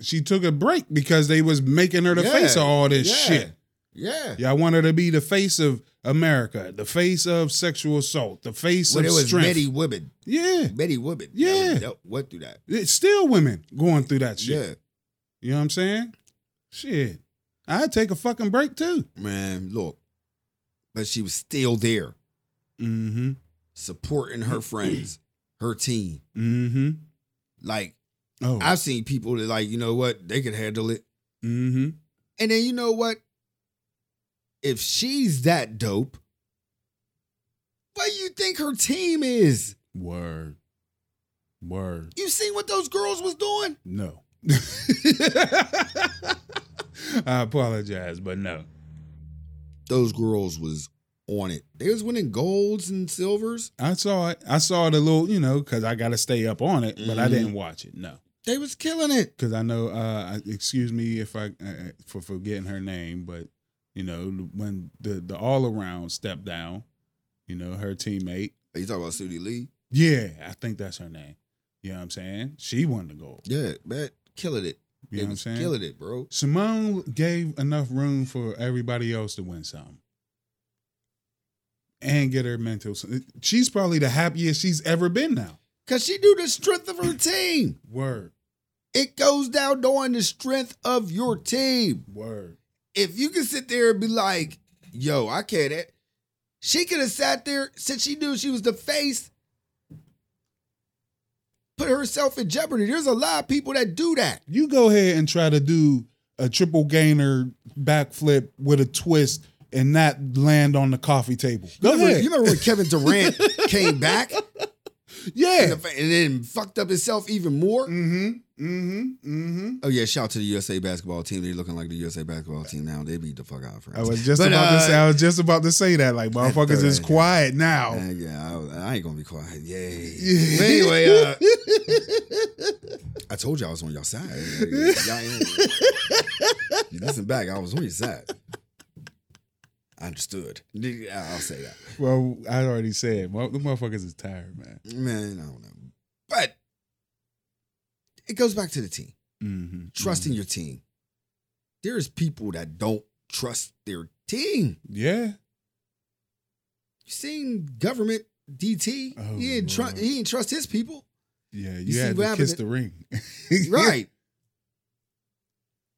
[SPEAKER 4] She took a break because they was making her the
[SPEAKER 2] Yeah,
[SPEAKER 4] face of all this
[SPEAKER 2] yeah.
[SPEAKER 4] shit.
[SPEAKER 2] Yeah,
[SPEAKER 4] Y'all want her to be the face of America, the face of sexual assault, the face
[SPEAKER 2] when
[SPEAKER 4] of
[SPEAKER 2] it was
[SPEAKER 4] strength.
[SPEAKER 2] Betty Women,
[SPEAKER 4] Yeah,
[SPEAKER 2] Betty Women. that
[SPEAKER 4] Yeah.
[SPEAKER 2] was- that went through that.
[SPEAKER 4] it's still women going through that shit.
[SPEAKER 2] Yeah,
[SPEAKER 4] You know what I'm saying? Shit, I'd take a fucking break too.
[SPEAKER 2] man. Look, but she was still there,
[SPEAKER 4] Mm-hmm.
[SPEAKER 2] supporting her friends, her team.
[SPEAKER 4] Mm-hmm.
[SPEAKER 2] Like
[SPEAKER 4] Oh,
[SPEAKER 2] I've seen people that like you know what they could handle it.
[SPEAKER 4] mm-hmm.
[SPEAKER 2] And then you know what? If she's that dope, What do you think her team is?
[SPEAKER 4] Word. Word.
[SPEAKER 2] You seen what those girls was doing?
[SPEAKER 4] No. I apologize, but no.
[SPEAKER 2] Those girls was on it. They was winning golds and silvers.
[SPEAKER 4] I saw it. I saw it a little, you know, because I got to stay up on it, but I
[SPEAKER 2] Mhm.
[SPEAKER 4] didn't watch it. No.
[SPEAKER 2] They was killing it.
[SPEAKER 4] because I know. Uh, I- excuse me if I uh, for forgetting her name, but you know when the the all around stepped down, you know her teammate.
[SPEAKER 2] Are you talking about Sudie Lee?
[SPEAKER 4] Yeah, I think that's her name. You know what I'm saying? She won the gold.
[SPEAKER 2] Yeah, man, killing it. They
[SPEAKER 4] You know what I'm
[SPEAKER 2] was
[SPEAKER 4] saying?
[SPEAKER 2] Killing it, bro.
[SPEAKER 4] Simone gave enough room for everybody else to win something. And get her mental. She's probably the happiest she's ever been now.
[SPEAKER 2] Cause she knew the strength of her team.
[SPEAKER 4] Word,
[SPEAKER 2] It goes down on the strength of your team.
[SPEAKER 4] word.
[SPEAKER 2] If you can sit there and be like, yo, I can't it. She could have sat there since she knew she was the face, put herself in jeopardy. There's a lot of people that do that.
[SPEAKER 4] You go ahead and try to do a triple gainer backflip with a twist and not land on the coffee table. Go
[SPEAKER 2] remember,
[SPEAKER 4] ahead.
[SPEAKER 2] you remember when Kevin Durant came back
[SPEAKER 4] yeah.
[SPEAKER 2] and then fucked up himself even more?
[SPEAKER 4] Mm-hmm. Mm-hmm. Mm-hmm.
[SPEAKER 2] Oh yeah, shout out to the USA basketball team. They looking like the USA basketball team now. They beat the fuck out of
[SPEAKER 4] I
[SPEAKER 2] France.
[SPEAKER 4] was just
[SPEAKER 2] But, uh,
[SPEAKER 4] about to say I was just about to say that. Like motherfuckers is
[SPEAKER 2] third.
[SPEAKER 4] quiet now.
[SPEAKER 2] Uh, yeah, I, was- I ain't gonna be quiet. Yay.
[SPEAKER 4] Yeah.
[SPEAKER 2] But anyway, uh, I told you I was on your side. Y'all ain't- you listen back, I was on your side. I understood. I- I'll say that.
[SPEAKER 4] Well, I already said well, the motherfuckers is tired, man.
[SPEAKER 2] Man, I don't know. But it goes back to the team.
[SPEAKER 4] Mm-hmm.
[SPEAKER 2] Trusting your team. There's people that don't trust their team.
[SPEAKER 4] Yeah.
[SPEAKER 2] You seen government DT?
[SPEAKER 4] Oh,
[SPEAKER 2] he didn't trust
[SPEAKER 4] Lord.
[SPEAKER 2] he didn't trust his people.
[SPEAKER 4] Yeah. You,
[SPEAKER 2] see
[SPEAKER 4] had
[SPEAKER 2] what
[SPEAKER 4] to
[SPEAKER 2] happened
[SPEAKER 4] kiss
[SPEAKER 2] to-
[SPEAKER 4] the ring.
[SPEAKER 2] Right.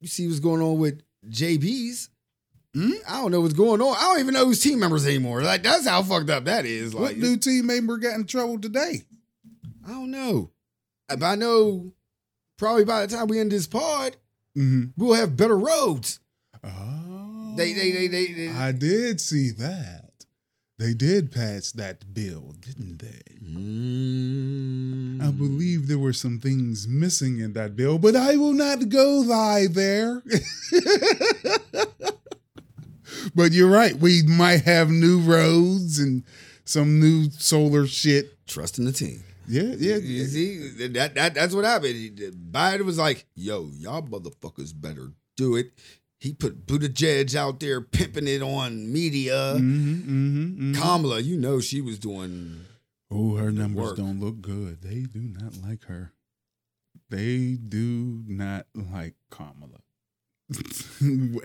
[SPEAKER 2] You see what's going on with JB's.
[SPEAKER 4] Hmm?
[SPEAKER 2] I don't know what's going on. I don't even know who's team members anymore. Like that's how fucked up that is. Like
[SPEAKER 4] what new team member got in trouble today?
[SPEAKER 2] I don't know. Uh, But I know probably by the time we end this pod,
[SPEAKER 4] Mm-hmm.
[SPEAKER 2] we'll have better roads.
[SPEAKER 4] Oh.
[SPEAKER 2] They they they they, they-
[SPEAKER 4] I did see that. They did pass that bill, didn't they?
[SPEAKER 2] Mm.
[SPEAKER 4] I believe there were some things missing in that bill, but I will not go thy there. but you're right. We might have new roads and some new solar shit.
[SPEAKER 2] trusting the team.
[SPEAKER 4] Yeah, yeah.
[SPEAKER 2] You see, that, that that's what happened. He- Biden was like, "Yo, y'all motherfuckers better do it." He put Buttigieg out there pimping it on media.
[SPEAKER 4] Mm-hmm, mm-hmm,
[SPEAKER 2] Kamala, you know she was doing.
[SPEAKER 4] Oh, her numbers
[SPEAKER 2] work.
[SPEAKER 4] don't look good. They do not like her. They do not like Kamala.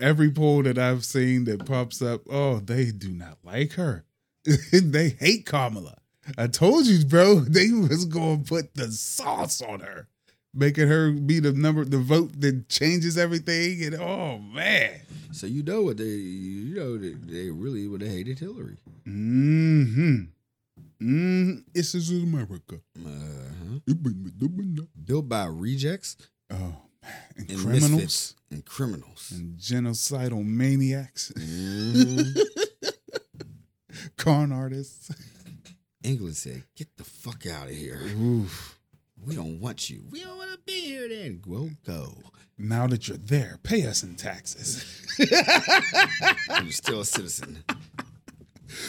[SPEAKER 4] Every poll that I've seen that pops up, oh, they do not like her. they hate Kamala. I told you, bro, they was going to put the sauce on her, making her be the number, the vote that changes everything. And oh, man.
[SPEAKER 2] So you know what they, you know they, they really would have hated Hillary.
[SPEAKER 4] Mm hmm. Mm, this is America.
[SPEAKER 2] Uh-huh. Built by rejects
[SPEAKER 4] Oh, man. And,
[SPEAKER 2] and
[SPEAKER 4] criminals
[SPEAKER 2] misfits and criminals.
[SPEAKER 4] and genocidal maniacs,
[SPEAKER 2] Mhm.
[SPEAKER 4] con artists.
[SPEAKER 2] England said, "Get the fuck out of here.
[SPEAKER 4] Oof.
[SPEAKER 2] We don't want you. We don't want to be here." Then we'll go.
[SPEAKER 4] Now that you're there, pay us in taxes.
[SPEAKER 2] You're still a citizen.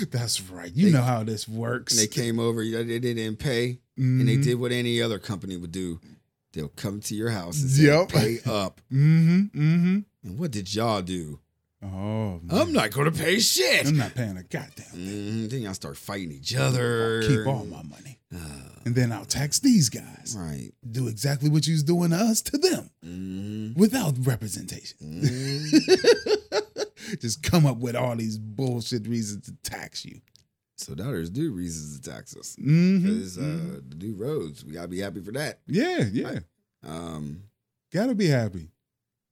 [SPEAKER 4] That's right. You
[SPEAKER 2] They-
[SPEAKER 4] know how this works.
[SPEAKER 2] and they came over. you know, They didn't pay, and
[SPEAKER 4] Mm-hmm.
[SPEAKER 2] they did what any other company would do. They'll come to your house and say,
[SPEAKER 4] Yep.
[SPEAKER 2] "Pay up."
[SPEAKER 4] Mm-hmm. Mm-hmm.
[SPEAKER 2] And what did y'all do?
[SPEAKER 4] Oh, man.
[SPEAKER 2] I'm not going to pay shit.
[SPEAKER 4] I'm not paying a goddamn.
[SPEAKER 2] Mhm, Then y'all start fighting each other.
[SPEAKER 4] Mm-hmm. Keep all my money,
[SPEAKER 2] Ah,
[SPEAKER 4] and then I'll tax these guys.
[SPEAKER 2] right.
[SPEAKER 4] Do exactly what you's doing to us to them
[SPEAKER 2] Mhm,
[SPEAKER 4] without representation.
[SPEAKER 2] mhm.
[SPEAKER 4] Just come up with all these bullshit reasons to tax you.
[SPEAKER 2] so now there's new reasons to tax us.
[SPEAKER 4] Mm-hmm.
[SPEAKER 2] There's uh, the new roads. We gotta be happy for that.
[SPEAKER 4] Yeah, yeah.
[SPEAKER 2] Um,
[SPEAKER 4] Gotta be happy.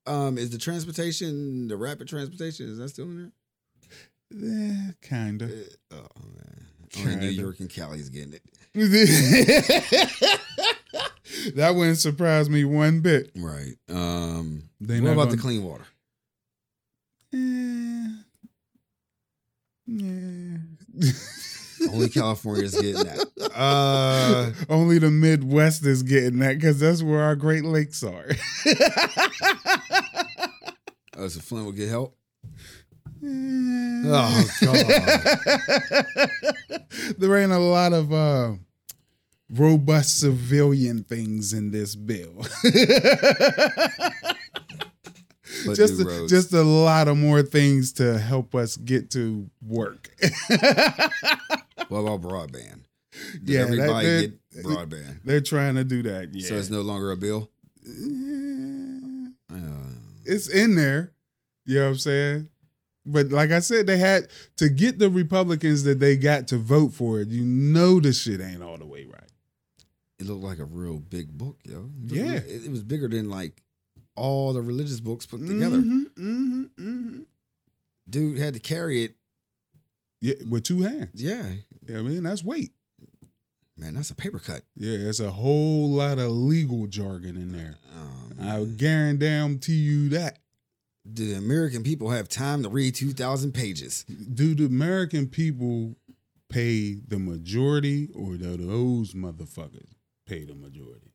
[SPEAKER 2] um, is the transportation, the rapid transportation, is that still in there?
[SPEAKER 4] Eh, kinda.
[SPEAKER 2] Uh, oh man, Only New
[SPEAKER 4] Kinda.
[SPEAKER 2] York and Cali is getting it.
[SPEAKER 4] Eh. that wouldn't surprise me one bit.
[SPEAKER 2] Right. Um,
[SPEAKER 4] They
[SPEAKER 2] what
[SPEAKER 4] not
[SPEAKER 2] about the
[SPEAKER 4] gonna-
[SPEAKER 2] clean water?
[SPEAKER 4] Eh, yeah.
[SPEAKER 2] Only California is getting that. Uh,
[SPEAKER 4] Only the Midwest is getting that because that's where our Great Lakes are.
[SPEAKER 2] oh, so Flynn will get help. Oh God!
[SPEAKER 4] there ain't a lot of uh, robust civilian things in this bill.
[SPEAKER 2] But
[SPEAKER 4] just,
[SPEAKER 2] dude,
[SPEAKER 4] a,
[SPEAKER 2] Rhodes,
[SPEAKER 4] just a lot of more things to help us get to work.
[SPEAKER 2] what about broadband? Did
[SPEAKER 4] Yeah, that-
[SPEAKER 2] everybody
[SPEAKER 4] that-
[SPEAKER 2] get broadband?
[SPEAKER 4] They're trying to do that. Yeah.
[SPEAKER 2] So it's no longer a bill. Uh,
[SPEAKER 4] it's in there. You know what I'm saying? But like I said, they had to get the Republicans that they got to vote for it. You know the shit ain't all the way right.
[SPEAKER 2] it looked like a real big book, yo. It looked-
[SPEAKER 4] Yeah.
[SPEAKER 2] it, it was bigger than like all the religious books put together.
[SPEAKER 4] Mhm, mhm, mhm.
[SPEAKER 2] Dude had to carry it.
[SPEAKER 4] Yeah, with two hands.
[SPEAKER 2] Yeah,
[SPEAKER 4] Yeah, I mean that's weight.
[SPEAKER 2] man, that's a paper cut.
[SPEAKER 4] Yeah, it's a whole lot of legal jargon in there.
[SPEAKER 2] Um,
[SPEAKER 4] I guarantee you that.
[SPEAKER 2] do the American people have time to read two thousand pages?
[SPEAKER 4] Do the American people pay the majority, or do those motherfuckers pay the majority?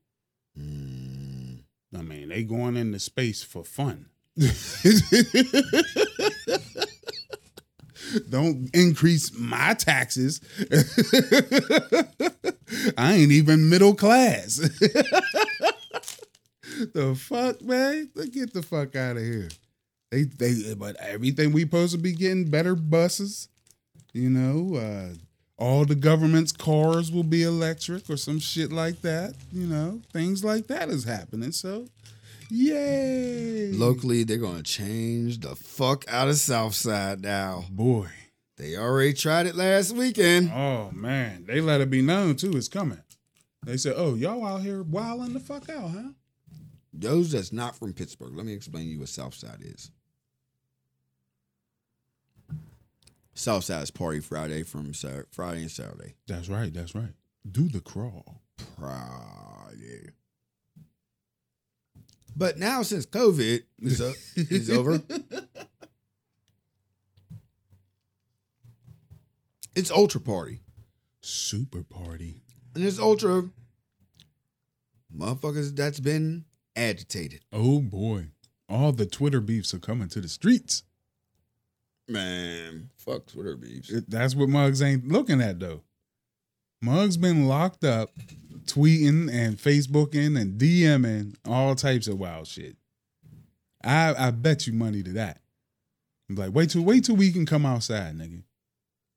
[SPEAKER 2] Mm.
[SPEAKER 4] I mean, they going into space for fun. Don't increase my taxes. I ain't even middle class. the fuck, man? Get the fuck out of here. They, they, but everything we supposed to be getting better buses. You know, uh, all the government's cars will be electric or some shit like that. You know, things like that is happening. So, yay!
[SPEAKER 2] Locally, they're gonna change the fuck out of Southside now.
[SPEAKER 4] boy.
[SPEAKER 2] They already tried it last weekend.
[SPEAKER 4] Oh man, they let it be known too. It's coming. They said, "Oh, y'all out here wilding the fuck out, huh?"
[SPEAKER 2] Those that's not from Pittsburgh, let me explain to you what Southside is. Southside is party Friday from Sat- Friday and Saturday.
[SPEAKER 4] That's right. That's right. Do the crawl.
[SPEAKER 2] Friday. But now since COVID is, o- is over, it's ultra party.
[SPEAKER 4] Super party.
[SPEAKER 2] And it's ultra motherfuckers that's been agitated.
[SPEAKER 4] Oh boy, all the Twitter beefs are coming to the streets.
[SPEAKER 2] Man, fuck Twitter beefs.
[SPEAKER 4] It- that's what Muggs ain't looking at though. Muggs been locked up, tweeting and Facebooking and DMing all types of wild shit. I I bet you money to that. I'm like, wait till wait till we can come outside, nigga.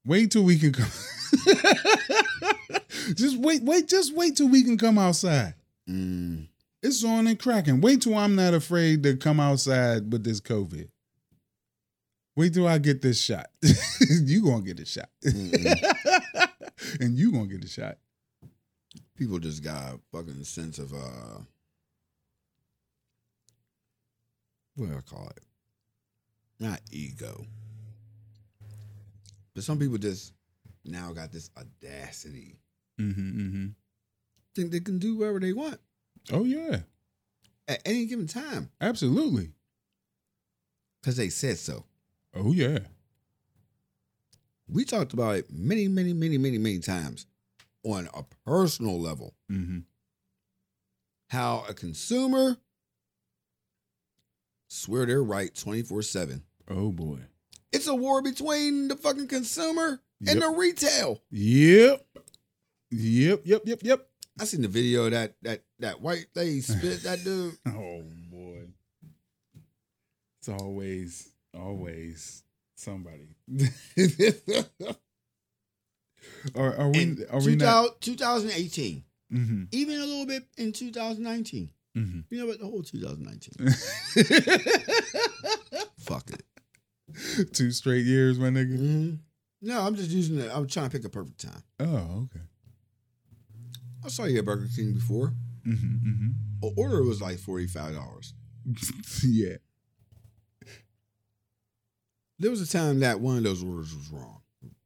[SPEAKER 4] Wait till we can come. just wait, wait, just wait till we can come outside.
[SPEAKER 2] Mm,
[SPEAKER 4] It's on and cracking. Wait till I'm not afraid to come outside with this COVID. Wait till I get this shot. you gonna get a shot.
[SPEAKER 2] mm-mm.
[SPEAKER 4] and you gonna get a shot.
[SPEAKER 2] people just got a fucking sense of uh what do I call it? Not ego. But some people just now got this audacity.
[SPEAKER 4] Mm-hmm, mm-hmm.
[SPEAKER 2] Think they can do whatever they want
[SPEAKER 4] Oh yeah,
[SPEAKER 2] at any given time.
[SPEAKER 4] absolutely.
[SPEAKER 2] Cause they said so.
[SPEAKER 4] Oh yeah.
[SPEAKER 2] We talked about it many, many, many, many, many times on a personal level.
[SPEAKER 4] Mm-hmm.
[SPEAKER 2] How a consumer swear they're right 24 7.
[SPEAKER 4] Oh boy.
[SPEAKER 2] It's a war between the fucking consumer and
[SPEAKER 4] Yep.
[SPEAKER 2] the retail.
[SPEAKER 4] Yep. Yep. Yep. Yep. Yep.
[SPEAKER 2] I seen the video of that that that white lady spit that dude.
[SPEAKER 4] Oh boy. It's always, always somebody. are, are
[SPEAKER 2] In
[SPEAKER 4] we? Are we
[SPEAKER 2] 2000
[SPEAKER 4] not?
[SPEAKER 2] 2018,
[SPEAKER 4] Mm-hmm,
[SPEAKER 2] even a little bit in 2019.
[SPEAKER 4] mm-hmm.
[SPEAKER 2] You know what? The whole 2019. Fuck it.
[SPEAKER 4] Two straight years, my nigga.
[SPEAKER 2] Mhm. No, I'm just using it. I'm trying to pick a perfect time.
[SPEAKER 4] Oh, okay.
[SPEAKER 2] I saw you at Burger King before.
[SPEAKER 4] Mm-hmm,
[SPEAKER 2] An order was like forty five dollars.
[SPEAKER 4] mm-hmm. yeah.
[SPEAKER 2] There was a time that one of those orders was wrong,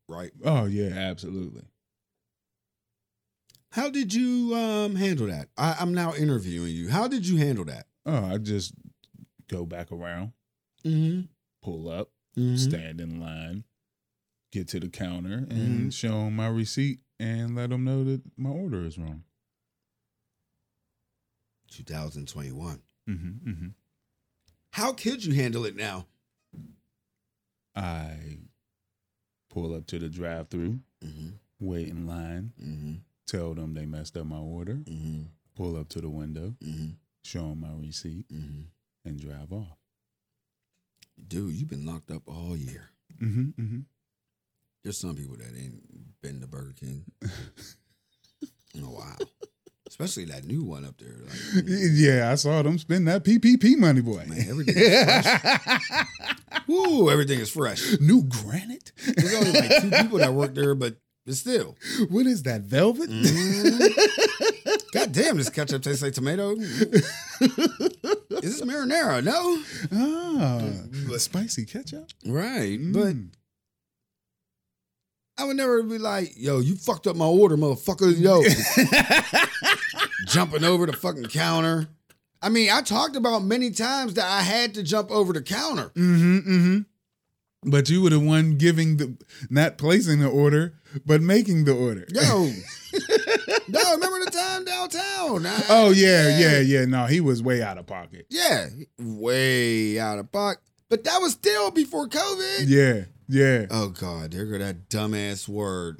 [SPEAKER 2] right?
[SPEAKER 4] Oh, yeah. Absolutely.
[SPEAKER 2] How did you um, handle that? I, I'm now interviewing you. How did you handle that?
[SPEAKER 4] Oh, I just go back around,
[SPEAKER 2] Mm-hmm.
[SPEAKER 4] pull up,
[SPEAKER 2] Mhm.
[SPEAKER 4] stand in line, get to the counter
[SPEAKER 2] Mm-hmm.
[SPEAKER 4] and show 'em my receipt and let them know that my order is wrong.
[SPEAKER 2] 2021.
[SPEAKER 4] Mm-hmm, mm-hmm.
[SPEAKER 2] How could you handle it now?
[SPEAKER 4] I pull up to the drive-through,
[SPEAKER 2] Mm-hmm.
[SPEAKER 4] wait in line,
[SPEAKER 2] Mm-hmm.
[SPEAKER 4] tell them they messed up my order,
[SPEAKER 2] Mm-hmm.
[SPEAKER 4] pull up to the window,
[SPEAKER 2] Mm-hmm.
[SPEAKER 4] show them my receipt,
[SPEAKER 2] Mm-hmm.
[SPEAKER 4] and drive off.
[SPEAKER 2] Dude, you've been locked up all year.
[SPEAKER 4] Mm-hmm, mm-hmm.
[SPEAKER 2] There's some people that ain't been to Burger King in a while, especially that new one up there. Like,
[SPEAKER 4] Yeah, I saw them spend that PPP money, boy.
[SPEAKER 2] man, everything is fresh. Ooh, everything is fresh.
[SPEAKER 4] New granite?
[SPEAKER 2] There's only like two people that work there, but but still.
[SPEAKER 4] What is that, velvet?
[SPEAKER 2] Mm-hmm. God damn, this ketchup tastes like tomato. is this marinara? No.
[SPEAKER 4] Ah, spicy ketchup.
[SPEAKER 2] Right. But
[SPEAKER 4] Mm.
[SPEAKER 2] I would never be like, yo, you fucked up my order, motherfucker. Yo. Jumping over the fucking counter. I mean, I talked about many times that I had to jump over the counter.
[SPEAKER 4] Mm-hmm, mm-hmm. But you were the one giving the, not placing the order, but making the order.
[SPEAKER 2] Yo. no, remember the time downtown? I-
[SPEAKER 4] Oh yeah, yeah, yeah. No, he was way out of pocket.
[SPEAKER 2] Yeah. Way out of pocket. But that was still before COVID.
[SPEAKER 4] Yeah, yeah.
[SPEAKER 2] Oh God, there go that dumbass word.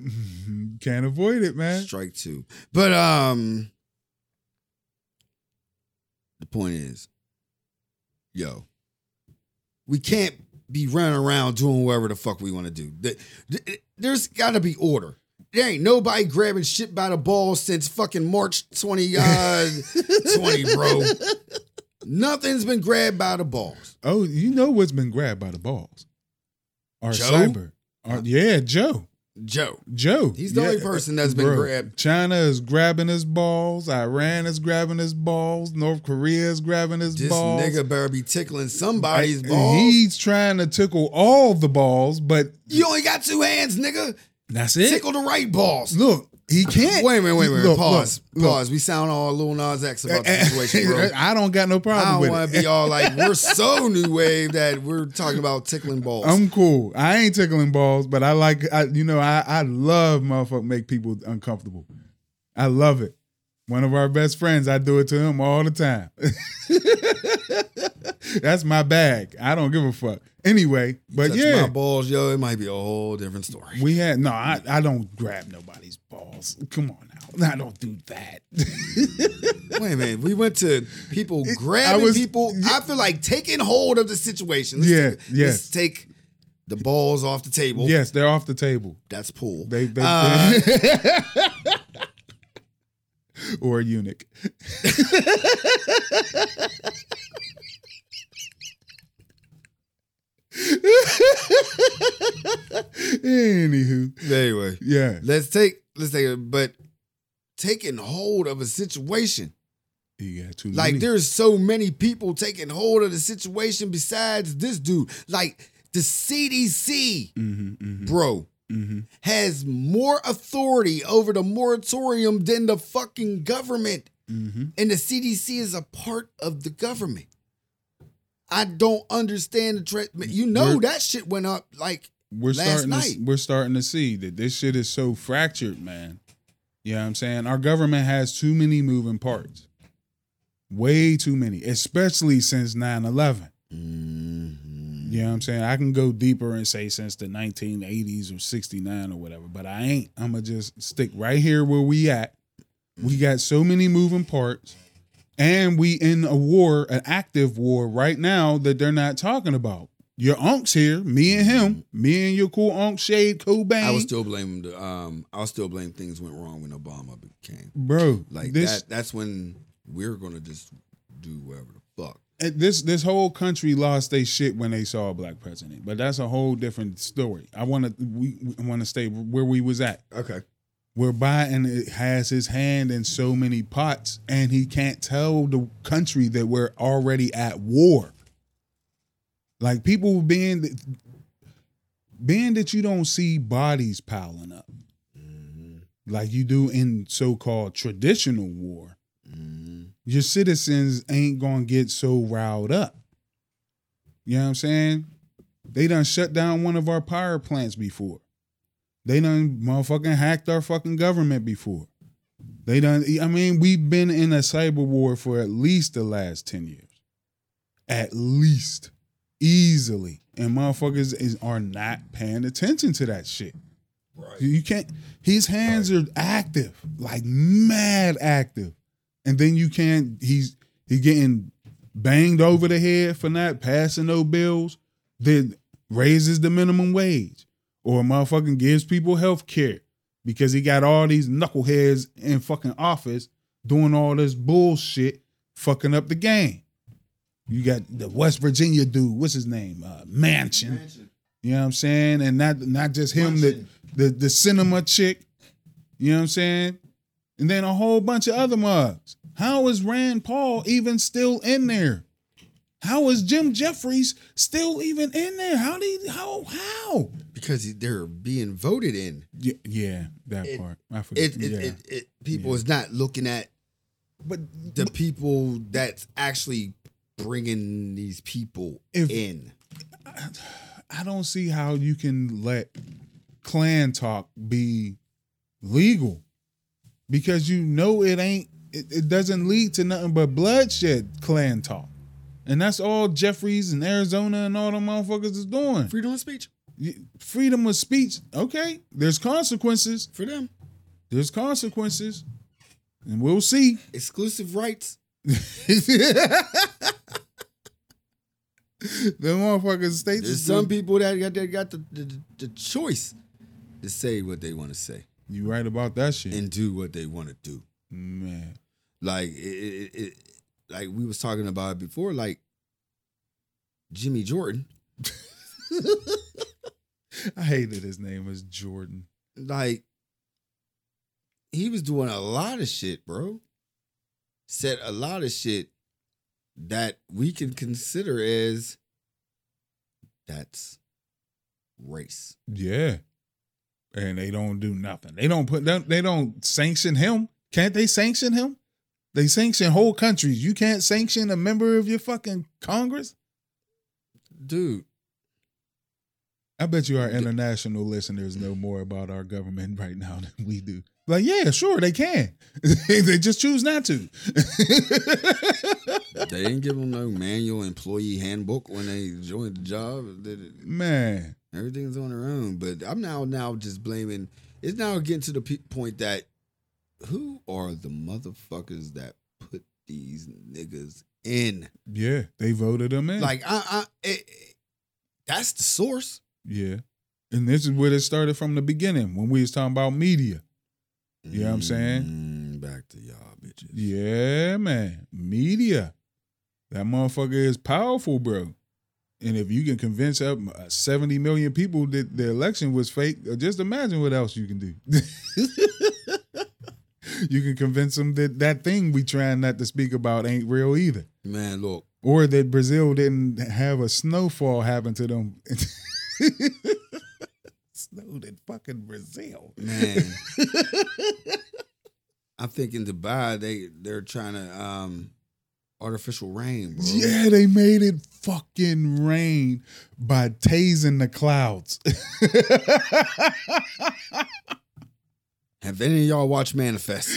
[SPEAKER 4] Can't avoid it, man.
[SPEAKER 2] Strike two. But um the point is, yo, we can't be running around doing whatever the fuck we want to do. Th- th- There's gotta be order. There ain't nobody grabbing shit by the ball since fucking March 20 uh 20, bro. Nothing's been grabbed by the balls.
[SPEAKER 4] Oh, you know what's been grabbed by the balls? Our
[SPEAKER 2] Joe?
[SPEAKER 4] cyber. Our, yeah, Joe.
[SPEAKER 2] Joe.
[SPEAKER 4] Joe.
[SPEAKER 2] He's the
[SPEAKER 4] Yeah.
[SPEAKER 2] only person that's been
[SPEAKER 4] Bro,
[SPEAKER 2] grabbed.
[SPEAKER 4] China is grabbing his balls. Iran is grabbing his balls. North Korea is grabbing his
[SPEAKER 2] This
[SPEAKER 4] balls.
[SPEAKER 2] nigga better be tickling somebody's
[SPEAKER 4] I-
[SPEAKER 2] balls.
[SPEAKER 4] He's trying to tickle all the balls, but
[SPEAKER 2] You only got two hands, nigga.
[SPEAKER 4] that's
[SPEAKER 2] Tickle the right balls.
[SPEAKER 4] Look, he can't.
[SPEAKER 2] Wait a minute, wait a minute.
[SPEAKER 4] Look,
[SPEAKER 2] pause.
[SPEAKER 4] look, look.
[SPEAKER 2] pause. We sound all Lil Nas X about the situation, bro.
[SPEAKER 4] I don't got no
[SPEAKER 2] I
[SPEAKER 4] problem
[SPEAKER 2] don't
[SPEAKER 4] with
[SPEAKER 2] want
[SPEAKER 4] it.
[SPEAKER 2] to be all like, we're so new wave that we're talking about tickling balls.
[SPEAKER 4] I'm cool. I ain't tickling balls, but I like I you know, I, I love motherfucker make people uncomfortable. I love it. One of our best friends, I do it to him all the time. That's my bag. I don't give a fuck. Anyway, but
[SPEAKER 2] Touch
[SPEAKER 4] yeah,
[SPEAKER 2] my balls, yo, it might be a whole different story.
[SPEAKER 4] we had no, I, I don't grab nobody's balls. Come on now. I don't do that.
[SPEAKER 2] Wait a minute. We went to people grabbing
[SPEAKER 4] was-
[SPEAKER 2] people. I feel like taking hold of the situation. Let's
[SPEAKER 4] Yeah,
[SPEAKER 2] take,
[SPEAKER 4] yes.
[SPEAKER 2] Let's take the balls off the table.
[SPEAKER 4] yes, they're off the table.
[SPEAKER 2] That's pool.
[SPEAKER 4] They they,
[SPEAKER 2] Uh,
[SPEAKER 4] or a eunuch. Anywho,
[SPEAKER 2] anyway,
[SPEAKER 4] yeah,
[SPEAKER 2] let's take, let's take it, but taking hold of a situation.
[SPEAKER 4] you got too
[SPEAKER 2] Like
[SPEAKER 4] many.
[SPEAKER 2] there's so many people taking hold of the situation besides this dude. Like the CDC,
[SPEAKER 4] Mhm, mhm,
[SPEAKER 2] bro,
[SPEAKER 4] mhm.
[SPEAKER 2] has more authority over the moratorium than the fucking government.
[SPEAKER 4] Mhm.
[SPEAKER 2] And the CDC is a part of the government. I don't understand the trend. You know
[SPEAKER 4] We're-
[SPEAKER 2] that shit went up like
[SPEAKER 4] We're
[SPEAKER 2] last
[SPEAKER 4] starting.
[SPEAKER 2] night.
[SPEAKER 4] To, we're starting to see that this shit is so fractured, man. You know what I'm saying? Our government has too many moving parts, way too many, especially since 9/11.
[SPEAKER 2] Mm-hmm.
[SPEAKER 4] You know what I'm saying? I can go deeper and say since the 1980s or 69 or whatever, but I ain't. I'm going to just stick right here where we at. We got so many moving parts and we in a war, an active war right now that they're not talking about. Your unc's here, me and him, me and your cool unc Shade Cobain.
[SPEAKER 2] I was still blame the um I'll still blame things went wrong when Obama became.
[SPEAKER 4] Bro,
[SPEAKER 2] Like
[SPEAKER 4] like this
[SPEAKER 2] that that's when we're gonna just do whatever the fuck.
[SPEAKER 4] And eh, this this whole country lost their shit when they saw a black president, but that's a whole different story. I want to we I want to stay where we was at.
[SPEAKER 2] Okay.
[SPEAKER 4] where Biden has his hand in so many pots and he can't tell the country that we're already at war. Like people being being that you don't see bodies piling up like you do in so-called traditional war. Your citizens ain't going to get so riled up. You know what I'm saying? They done shut down one of our power plants before. They done motherfucking hacked our fucking government before. They done. I mean, we've been in a cyber war for at least the last ten years, at least, easily. And motherfuckers is, are not paying attention to that shit.
[SPEAKER 1] Right.
[SPEAKER 4] You can't. His hands are active, like mad active, and then you can't. He's he getting banged over the head for not passing no bills. Then raises the minimum wage, or motherfucking gives people health care because he got all these knuckleheads in fucking office doing all this bullshit, fucking up the game. You got the West Virginia dude. What's his name? Uh, Mansion. You know what I'm saying? And not not just him, the,
[SPEAKER 3] Munson.
[SPEAKER 4] the the cinema chick. You know what I'm saying? And then a whole bunch of other mugs. How is Rand Paul even still in there? How is Jim Jeffries still even in there? How do you, how how?
[SPEAKER 2] because they're being voted in.
[SPEAKER 4] Yeah, yeah that
[SPEAKER 2] It-
[SPEAKER 4] part I forget.
[SPEAKER 2] It, it,
[SPEAKER 4] yeah.
[SPEAKER 2] it, it people is not looking at
[SPEAKER 4] but
[SPEAKER 2] the people that's actually bringing these people
[SPEAKER 4] If-
[SPEAKER 2] in.
[SPEAKER 4] I don't see how you can let clan talk be legal because you know it ain't it, it doesn't lead to nothing but bloodshed clan talk and that's all jeffries and arizona and all them motherfuckers is doing
[SPEAKER 2] Freedom of speech
[SPEAKER 4] You- freedom of speech okay there's consequences
[SPEAKER 2] for them.
[SPEAKER 4] there's consequences and we'll see
[SPEAKER 2] Exclusive rights.
[SPEAKER 4] the motherfuckers states
[SPEAKER 2] There's
[SPEAKER 4] is
[SPEAKER 2] some people that got that got the, the, the choice to say what they want to say
[SPEAKER 4] you right about that shit
[SPEAKER 2] and do what they want to do.
[SPEAKER 4] man
[SPEAKER 2] Like it, it, it, like we was talking about it before. Like Jimmy Jordan.
[SPEAKER 4] i hate that his name was jordan
[SPEAKER 2] like he was doing a lot of shit, bro. Said a lot of shit that we can consider as that's race.
[SPEAKER 4] Yeah. And they don't do nothing. They don't put don't- they don't sanction him. Can't they sanction him? They sanction whole countries. You can't sanction a member of your fucking Congress?
[SPEAKER 2] Dude,
[SPEAKER 4] I bet you our international listeners know more about our government right now than we do. Like, yeah, sure, they can. they just choose not to.
[SPEAKER 2] they didn't give him no manual employee handbook when they joined the job. They did-
[SPEAKER 4] Man.
[SPEAKER 2] Everything's on their own. But I'm now now just blaming. It's now getting to the pe- point that who are the motherfuckers that put these niggas in?
[SPEAKER 4] Yeah. They voted him in.
[SPEAKER 2] Like I, I it, it- that's the source.
[SPEAKER 4] Yeah. And this is where it started from the beginning when we was talking about media. You know what I'm saying?
[SPEAKER 2] Mm, back to y'all bitches.
[SPEAKER 4] Yeah, man. Media. That motherfucker is powerful, bro. And if you can convince up uh, 70 million people that the election was fake, uh, just imagine what else you can do. you can convince them that that thing we trying not to speak about ain't real either.
[SPEAKER 2] Man, look,
[SPEAKER 4] Or that Brazil didn't have a snowfall happen to them. Snowed in fucking Brazil.
[SPEAKER 2] man. I think in Dubai they they're trying to um artificial rain, bro.
[SPEAKER 4] Yeah, they made it fucking rain by tasing the clouds.
[SPEAKER 2] Have any of y'all watched Manifest?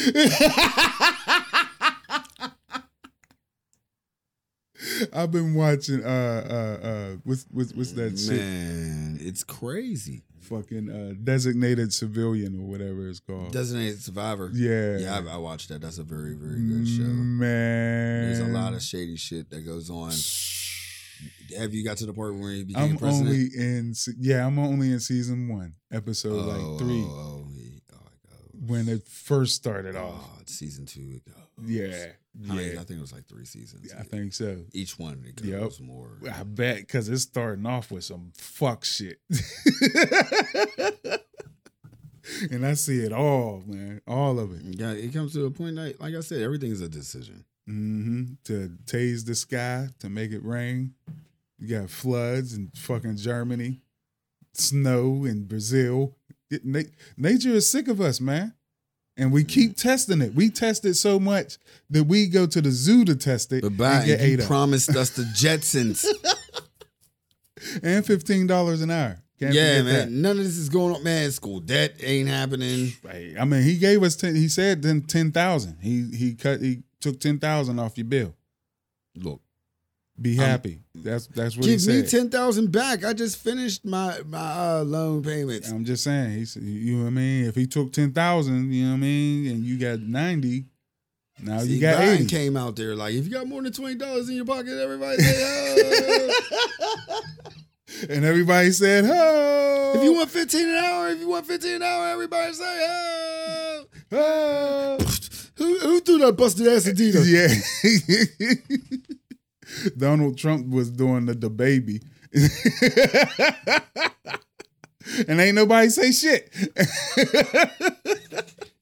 [SPEAKER 4] I've been watching uh uh uh what's what's, what's that shit?
[SPEAKER 2] Man, it's crazy.
[SPEAKER 4] Fucking uh designated civilian or whatever it's called.
[SPEAKER 2] Designated Survivor.
[SPEAKER 4] Oh. yeah. Mm,
[SPEAKER 2] Yeah, I, I watched that. That's a very, very good show.
[SPEAKER 4] Man.
[SPEAKER 2] There's a lot of shady shit that goes on. Have you got to the part where he became
[SPEAKER 4] I'm
[SPEAKER 2] president?
[SPEAKER 4] only in se- yeah, I'm only in season 1, episode like 3
[SPEAKER 2] Oh, oh, he- oh, it goes.
[SPEAKER 4] when it first started off.
[SPEAKER 2] Oh, it's season two, it goes.
[SPEAKER 4] Yeah.
[SPEAKER 2] Oh, I, mean,
[SPEAKER 4] Yeah.
[SPEAKER 2] I think it was like three seasons.
[SPEAKER 4] I think so.
[SPEAKER 2] Each one it
[SPEAKER 4] Yep.
[SPEAKER 2] goes more.
[SPEAKER 4] I bet because it's starting off with some fuck shit. and I see it all, man. All of it.
[SPEAKER 2] Yeah, it comes to a point like, like I said, everything is a decision.
[SPEAKER 4] hmm To tase the sky, to make it rain. You got floods in fucking Germany, snow in Brazil. It- na- nature is sick of us, man. And we keep testing it. We test it so much that we go to the zoo to test it
[SPEAKER 2] But bye,
[SPEAKER 4] and get
[SPEAKER 2] and you
[SPEAKER 4] ate up.
[SPEAKER 2] promised us the Jetsons.
[SPEAKER 4] and fifteen dollars an hour. Can't
[SPEAKER 2] yeah,
[SPEAKER 4] forget
[SPEAKER 2] man. None of this is going on, man. School debt ain't happening.
[SPEAKER 4] that. Hey, I mean, he gave us ten. He said then ten thousand. He he cut. He took ten thousand off your bill.
[SPEAKER 2] Look,
[SPEAKER 4] Be happy. that's that's what he
[SPEAKER 2] give
[SPEAKER 4] said.
[SPEAKER 2] me ten thousand back. I just finished my my uh, loan payments.
[SPEAKER 4] I'm just saying. He said, you know what I mean. If he took ten thousand, you know what I mean, and you got ninety, now
[SPEAKER 2] See,
[SPEAKER 4] Oh, you got
[SPEAKER 2] Brian
[SPEAKER 4] eighty.
[SPEAKER 2] came out there like, if you got more than twenty dollars in your pocket, everybody say, oh.
[SPEAKER 4] And everybody said, "Oh,
[SPEAKER 2] if you want fifteen an hour, if you want fifteen an hour, everybody say, oh.
[SPEAKER 4] oh.
[SPEAKER 2] who, who threw that busted ass Adidas?
[SPEAKER 4] yeah." Donald Trump was doing the the baby, and ain't nobody say shit.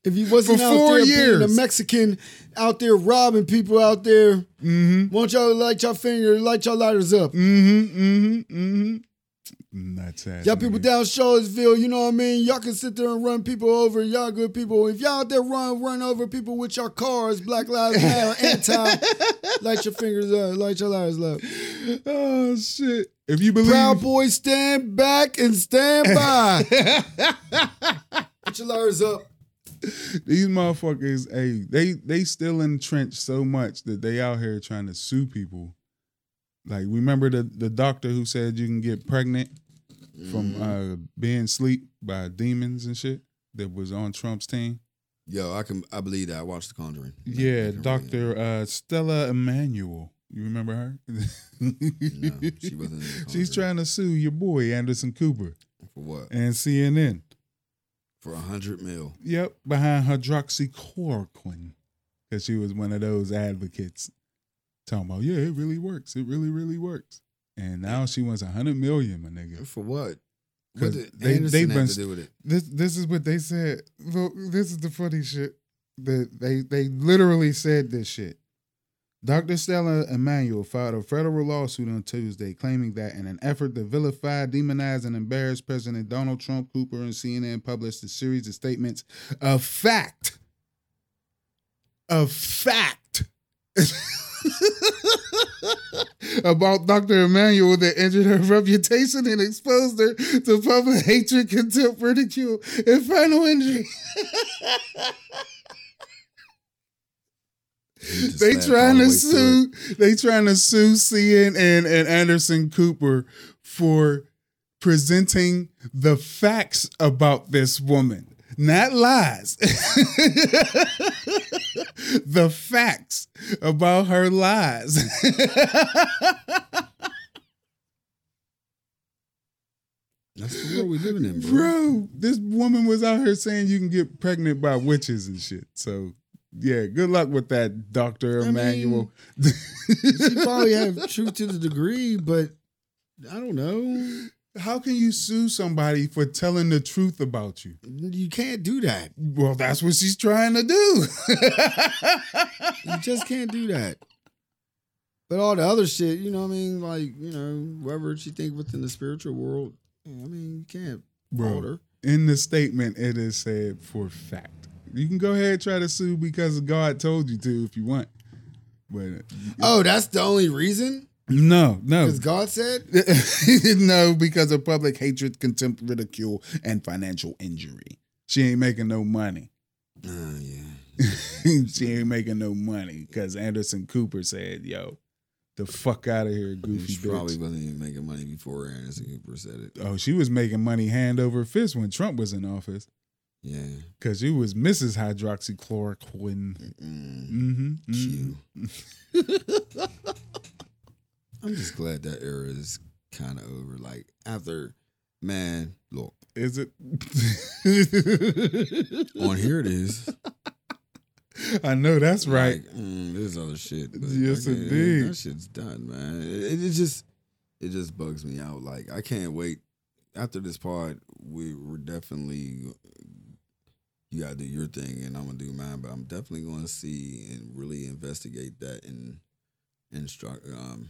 [SPEAKER 2] If he wasn't
[SPEAKER 4] For
[SPEAKER 2] out
[SPEAKER 4] four
[SPEAKER 2] there being a
[SPEAKER 4] years.
[SPEAKER 2] Mexican out there robbing people out there,
[SPEAKER 4] Mm-hmm.
[SPEAKER 2] want y'all to light your finger, light your lighters up.
[SPEAKER 4] Mm-hmm. Mm-hmm. Mm-hmm. Nuts ass.
[SPEAKER 2] Y'all people
[SPEAKER 4] nigga.
[SPEAKER 2] down Charlottesville, you know what I mean? Y'all can sit there and run people over. Y'all good people. If y'all out there run run over people with your cars, Black Lives Matter, anti, light your fingers up, light your lighters up.
[SPEAKER 4] Oh shit! If you believe,
[SPEAKER 2] Proud boys, stand back and stand by. Put your lighters up.
[SPEAKER 4] These motherfuckers, hey, they they still entrenched so much that they out here trying to sue people. Like, remember the the doctor who said you can get pregnant from
[SPEAKER 2] Mm-hmm.
[SPEAKER 4] uh, being sleep by demons and shit that was on Trump's team.
[SPEAKER 2] Yo, I can I believe that. I watched The Conjuring.
[SPEAKER 4] Yeah, Doctor uh, Stella Emanuel. You remember her?
[SPEAKER 2] she wasn't in The Conjuring.
[SPEAKER 4] She's trying to sue your boy Anderson Cooper
[SPEAKER 2] For what?
[SPEAKER 4] and CNN.
[SPEAKER 2] For a hundred mil.
[SPEAKER 4] Yep, behind hydroxychloroquine. Because she was one of those advocates talking about, yeah, it really works. It really, really works. And now she wants a hundred million, my nigga.
[SPEAKER 2] For what? What
[SPEAKER 4] 'Cause
[SPEAKER 2] did
[SPEAKER 4] they-
[SPEAKER 2] Anderson
[SPEAKER 4] they've
[SPEAKER 2] have
[SPEAKER 4] been
[SPEAKER 2] to do with it?
[SPEAKER 5] This this is what they said. Look, this is the funny shit. That they they literally said this shit.
[SPEAKER 4] Dr. Stella Emanuel filed a federal lawsuit on Tuesday claiming that in an effort to vilify, demonize, and embarrass President Donald Trump, Cooper and CNN published a series of statements of fact. Of fact.
[SPEAKER 5] about Dr. Emanuel that injured her reputation and exposed her to public hatred, contempt, ridicule, and final injury.
[SPEAKER 4] they trying to sue. They trying to sue CNN and Anderson Cooper for presenting the facts about this woman, not lies. the facts about her lies.
[SPEAKER 2] That's the world we living in, bro.
[SPEAKER 4] Bro, this woman was out here saying you can get pregnant by witches and shit. So, yeah, good luck with that, Dr.
[SPEAKER 2] I mean,
[SPEAKER 4] Emmanuel.
[SPEAKER 2] she probably have truth to the degree, but I don't know.
[SPEAKER 4] How can you sue somebody for telling the truth about you?
[SPEAKER 2] You can't do that.
[SPEAKER 4] Well, that's what she's trying to do.
[SPEAKER 2] You just can't do that. But all the other shit, you know what I mean? Like, you know, whatever she think within the spiritual world, yeah, I mean, you can't fault her.
[SPEAKER 4] in the statement, it is said for fact. You can go ahead and try to sue because God told you to if you want. But
[SPEAKER 2] Oh, that's the only reason?
[SPEAKER 4] no, no.
[SPEAKER 2] Because God said?
[SPEAKER 4] no, because of public hatred, contempt, ridicule, and financial injury. She ain't making no money.
[SPEAKER 2] Oh,
[SPEAKER 4] Ah,
[SPEAKER 2] yeah.
[SPEAKER 4] she ain't making no money because Anderson Cooper said, yo, the fuck out of here, goofy
[SPEAKER 2] She
[SPEAKER 4] bitch.
[SPEAKER 2] probably wasn't even making money before Anderson Cooper said it.
[SPEAKER 4] oh, she was making money hand over fist when Trump was in office
[SPEAKER 2] Yeah.
[SPEAKER 4] because she was Mrs. Hydroxychloroquine.
[SPEAKER 2] Mm,
[SPEAKER 4] Mm-hmm.
[SPEAKER 2] Q. I'm just glad that era is kind of over. Like, after, man, look,
[SPEAKER 4] Is it?
[SPEAKER 2] on here it is.
[SPEAKER 4] I know that's right.
[SPEAKER 2] Like, mm, there's other shit. but
[SPEAKER 4] Yes,
[SPEAKER 2] I can't-
[SPEAKER 4] indeed.
[SPEAKER 2] That shit's done, man. It, it just it just bugs me out. Like I can't wait. After this part, we we're definitely you gotta do your thing and I'm gonna do mine. But I'm definitely gonna see and really investigate that and instruct. Um,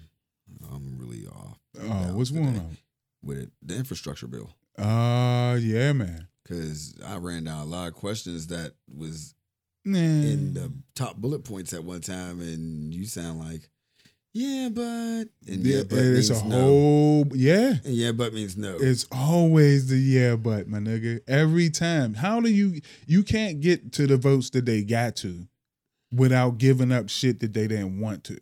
[SPEAKER 2] I'm really off.
[SPEAKER 4] oh, what's
[SPEAKER 2] today
[SPEAKER 4] going on?
[SPEAKER 2] with it? The infrastructure bill
[SPEAKER 4] Uh, yeah, man.
[SPEAKER 2] because I ran down a lot of questions that was
[SPEAKER 4] Nah. Mm.
[SPEAKER 2] in the top bullet points at one time, and you sound like Yeah, but and
[SPEAKER 4] Yeah,
[SPEAKER 2] yeah, but
[SPEAKER 4] it's a
[SPEAKER 2] means no. Oh.
[SPEAKER 4] whole yeah.
[SPEAKER 2] And yeah, but means no.
[SPEAKER 4] It's always the yeah, but my nigga. Every time, how do you you can't get to the votes that they got to without giving up shit that they didn't want to.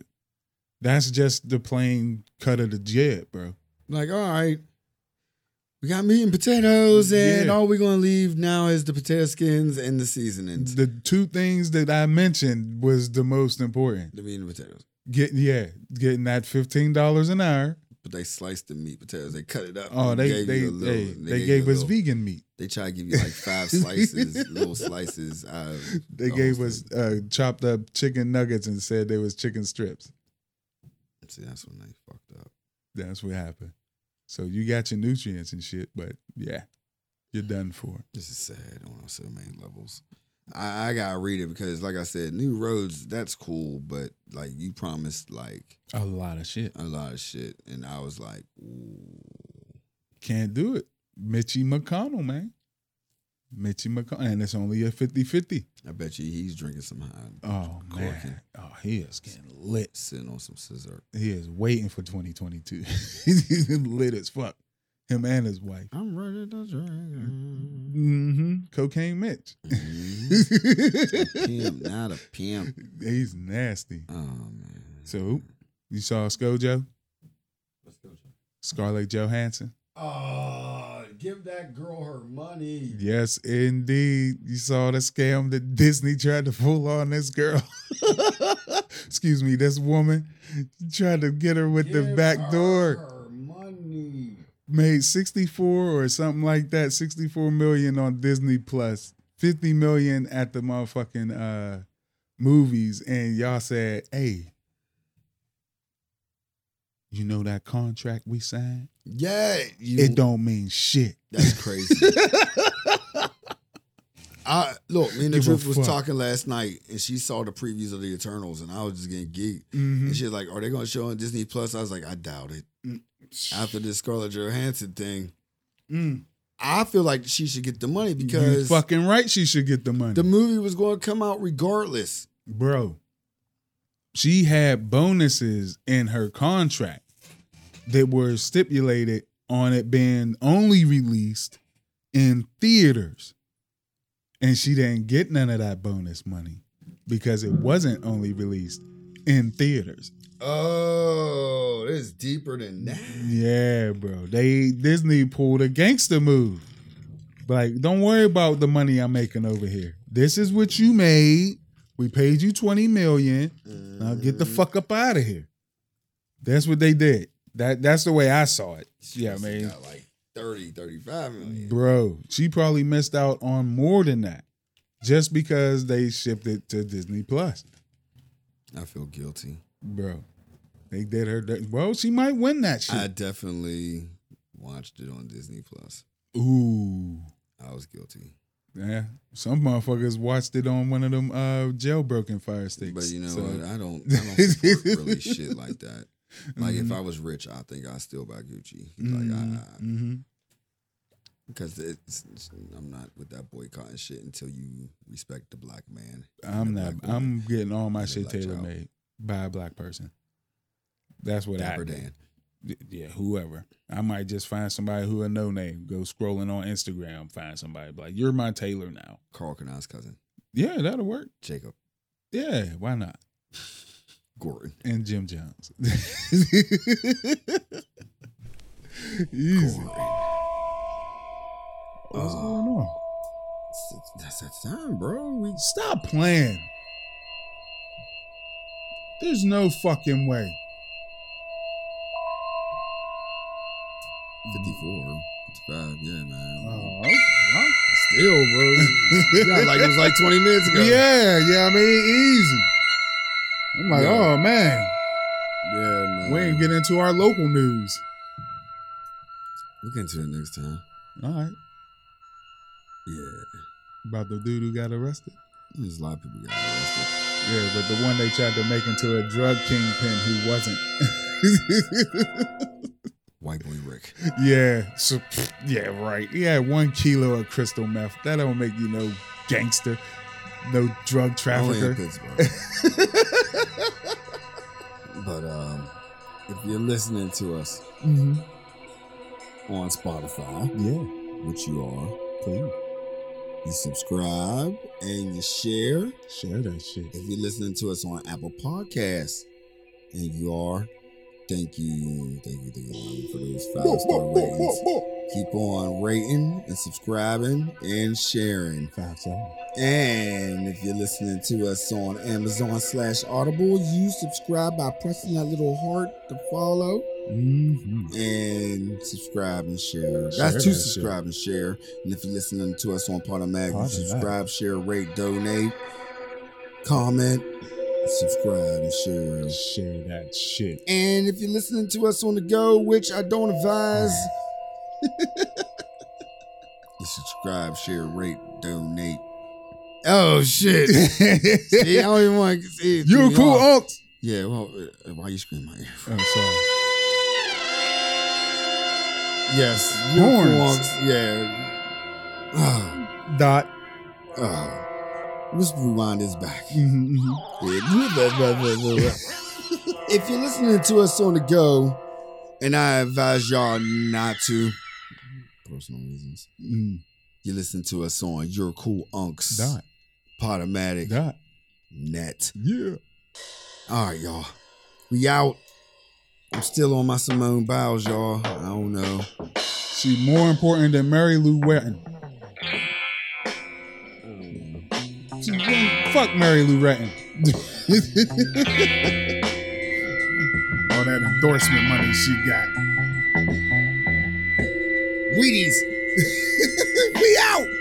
[SPEAKER 4] That's just the plain cut of the jib, bro.
[SPEAKER 2] like, all right, we got meat and potatoes, and
[SPEAKER 4] Mm, Yeah.
[SPEAKER 2] all we're gonna leave now is the potato skins and the seasonings.
[SPEAKER 4] The two things that I mentioned was the most important.
[SPEAKER 2] The meat and potatoes,
[SPEAKER 4] Getting yeah, getting that fifteen dollars an hour.
[SPEAKER 2] but they sliced the meat potatoes. They cut it up.
[SPEAKER 4] Oh,
[SPEAKER 2] and
[SPEAKER 4] they
[SPEAKER 2] gave
[SPEAKER 4] they
[SPEAKER 2] you a little-
[SPEAKER 4] they, they
[SPEAKER 2] you
[SPEAKER 4] gave
[SPEAKER 2] a
[SPEAKER 4] us
[SPEAKER 2] little-
[SPEAKER 4] vegan meat.
[SPEAKER 2] They try to give you like five slices, little slices. Uh,
[SPEAKER 4] They
[SPEAKER 2] the
[SPEAKER 4] gave
[SPEAKER 2] whole
[SPEAKER 4] us
[SPEAKER 2] thing.
[SPEAKER 4] uh, chopped up chicken nuggets and said they was chicken strips.
[SPEAKER 2] See, that's when they fucked up.
[SPEAKER 4] That's what happened. So you got your nutrients and shit, but yeah, you're done for.
[SPEAKER 2] This is sad on so many levels. I, I gotta read it because, like I said, new roads. That's cool, but like you promised, like
[SPEAKER 4] A lot of shit.
[SPEAKER 2] a lot of shit, and I was like, ooh.
[SPEAKER 4] Can't do it. Mitchie McConnell, man. Mitchie McConnell. And it's only a 50 50.
[SPEAKER 2] I bet you he's drinking some high,
[SPEAKER 4] Oh,
[SPEAKER 2] Corking.
[SPEAKER 4] man. Oh, he is getting lit.
[SPEAKER 2] sitting on some scissor.
[SPEAKER 4] He is waiting for 2022. He's lit as fuck. Him and his wife.
[SPEAKER 2] I'm ready to drink.
[SPEAKER 4] Mm-hmm. Cocaine Mitch.
[SPEAKER 2] Mhm. pimp, not a pimp.
[SPEAKER 4] He's nasty.
[SPEAKER 2] Oh man.
[SPEAKER 4] So you saw Skojo? Scarlett Johansson?
[SPEAKER 2] Oh, give that girl her money.
[SPEAKER 4] Yes, indeed. You saw the scam that Disney tried to pull on this girl. Excuse me, this woman tried to get her with the back door.
[SPEAKER 2] Her money.
[SPEAKER 4] Made 64 or something like that, 64 million on Disney Plus, 50 million at the motherfucking uh movies and y'all said, "Hey, you know that contract we signed?
[SPEAKER 2] Yeah, you,
[SPEAKER 4] It don't mean shit."
[SPEAKER 2] That's crazy. I look, me and the
[SPEAKER 4] Give a
[SPEAKER 2] truth was
[SPEAKER 4] fuck.
[SPEAKER 2] talking last night, and she saw the previews of the Eternals, and I was just getting geeked.
[SPEAKER 4] Mhm.
[SPEAKER 2] And she was like, "Are they going to show on Disney Plus?" I was like, "I doubt it." After this Scarlett Johansson thing,
[SPEAKER 4] Mm.
[SPEAKER 2] I feel like she should get the money
[SPEAKER 4] You
[SPEAKER 2] because
[SPEAKER 4] fucking right she should get the money.
[SPEAKER 2] the movie was going to come out regardless.
[SPEAKER 4] bro she had bonuses in her contract that were stipulated on it being only released in theaters and she didn't get none of that bonus money because it wasn't only released in theaters
[SPEAKER 2] Oh, it's deeper than that.
[SPEAKER 4] yeah bro they disney pulled a gangster move like don't worry about the money i'm making over here this is what you made we paid you 20 million now get the fuck up out of here. That's what they did. That that's the way I saw it. Yeah, I mean,
[SPEAKER 2] Got like 30, 35 million.
[SPEAKER 4] bro, she probably missed out on more than that just because they shipped it to Disney Plus,
[SPEAKER 2] I feel guilty.
[SPEAKER 4] bro. They did her, dirt. bro. She might win that
[SPEAKER 2] I
[SPEAKER 4] shit.
[SPEAKER 2] definitely watched it on Disney Plus.
[SPEAKER 4] Ooh,
[SPEAKER 2] I was guilty.
[SPEAKER 4] yeah. Some motherfuckers watched it on one of them uh jailbroken fire sticks.
[SPEAKER 2] But you know
[SPEAKER 4] So,
[SPEAKER 2] what? I don't I don't support really shit like that. Like if I was rich, I think I'd still buy Gucci. Like I
[SPEAKER 4] mhm.
[SPEAKER 2] because it's, it's- I'm not with that boycott and shit until you respect the black man. and
[SPEAKER 4] I'm
[SPEAKER 2] the
[SPEAKER 4] not.
[SPEAKER 2] black woman.
[SPEAKER 4] I'm getting all my
[SPEAKER 2] and a
[SPEAKER 4] shit
[SPEAKER 2] black child.
[SPEAKER 4] tailor made by a black person. That's what I
[SPEAKER 2] Dapper
[SPEAKER 4] do.
[SPEAKER 2] Dan.
[SPEAKER 4] Y- yeah, whoever. I might just find somebody who a no name. Go scrolling on Instagram, find somebody be like you're my tailor now.
[SPEAKER 2] Carl Canon's cousin.
[SPEAKER 4] Yeah, that'll work.
[SPEAKER 2] Jacob
[SPEAKER 4] Yeah, why not?
[SPEAKER 2] Gordon.
[SPEAKER 4] And Jim Jones.
[SPEAKER 2] Easy. Uh,
[SPEAKER 4] What's going on?
[SPEAKER 2] That's that time, bro. We
[SPEAKER 4] Stop playing. There's no fucking way.
[SPEAKER 2] 54, 55, yeah, man.
[SPEAKER 4] Oh, okay.
[SPEAKER 2] Still, bro. yeah, like it was like 20 minutes ago.
[SPEAKER 4] yeah, yeah. I mean, easy. I'm like,
[SPEAKER 2] Yeah.
[SPEAKER 4] oh man,
[SPEAKER 2] Yeah, man.
[SPEAKER 4] we ain't getting into our local news.
[SPEAKER 2] We'll get into it next time.
[SPEAKER 4] All right,
[SPEAKER 2] Yeah.
[SPEAKER 4] about the dude who got arrested.
[SPEAKER 2] There's a lot of people got arrested.
[SPEAKER 4] Yeah, but the one they tried to make into a drug kingpin who wasn't.
[SPEAKER 2] White boy Rick.
[SPEAKER 4] yeah, so pfft, yeah, right. He had one kilo of crystal meth. That don't make you no gangster, no drug
[SPEAKER 2] Only in
[SPEAKER 4] trafficker.
[SPEAKER 2] Pittsburgh. But um, if you're listening to us on Spotify,
[SPEAKER 6] Yeah,
[SPEAKER 2] which you are,
[SPEAKER 6] please
[SPEAKER 2] you subscribe and you share.
[SPEAKER 6] share that shit.
[SPEAKER 2] If you're listening to us on Apple Podcasts, and you are, thank you, thank you, thank you for those five star ratings. Keep on rating and subscribing and sharing.
[SPEAKER 6] Five seven.
[SPEAKER 2] And if you're listening to us on Amazon slash Audible, you subscribe by pressing that little heart to follow
[SPEAKER 6] Mm-hmm.
[SPEAKER 2] and subscribe and share.
[SPEAKER 6] Share
[SPEAKER 2] That's two
[SPEAKER 6] that
[SPEAKER 2] subscribe and share. And if you're listening to us on Podomatic, you
[SPEAKER 6] Podomatic.
[SPEAKER 2] subscribe, share, rate, donate, comment, subscribe and share.
[SPEAKER 6] Share that shit.
[SPEAKER 2] And if you're listening to us on the go, which I don't advise, you subscribe, share, rate, donate. Oh shit! See, I don't even want to see. it
[SPEAKER 7] You're
[SPEAKER 2] threw me
[SPEAKER 7] cool,
[SPEAKER 2] off.
[SPEAKER 7] Unc.
[SPEAKER 2] Yeah. Well, uh, why you screaming my ear?
[SPEAKER 4] I'm sorry.
[SPEAKER 2] Yes. You're cool,
[SPEAKER 4] Horns.
[SPEAKER 2] Unc. Yeah. Oh,
[SPEAKER 4] Dot.
[SPEAKER 2] oh. Let's rewind this back.
[SPEAKER 4] Mm-hmm,
[SPEAKER 2] if you're listening to us on the go, and I advise y'all not to, personal reasons. You listen to us on Your Cool Unks,
[SPEAKER 4] mm-hmm. Dot.
[SPEAKER 2] Podomatic,
[SPEAKER 4] Dot.
[SPEAKER 2] Net.
[SPEAKER 4] Yeah.
[SPEAKER 2] All right, y'all. We out. I'm still on my Simone Biles, y'all. I don't know.
[SPEAKER 4] She more important than Mary Lou Retton. She young- Mm-hmm. Fuck Mary Lou Retton.
[SPEAKER 7] All that endorsement money she got.
[SPEAKER 2] Wheaties. we out.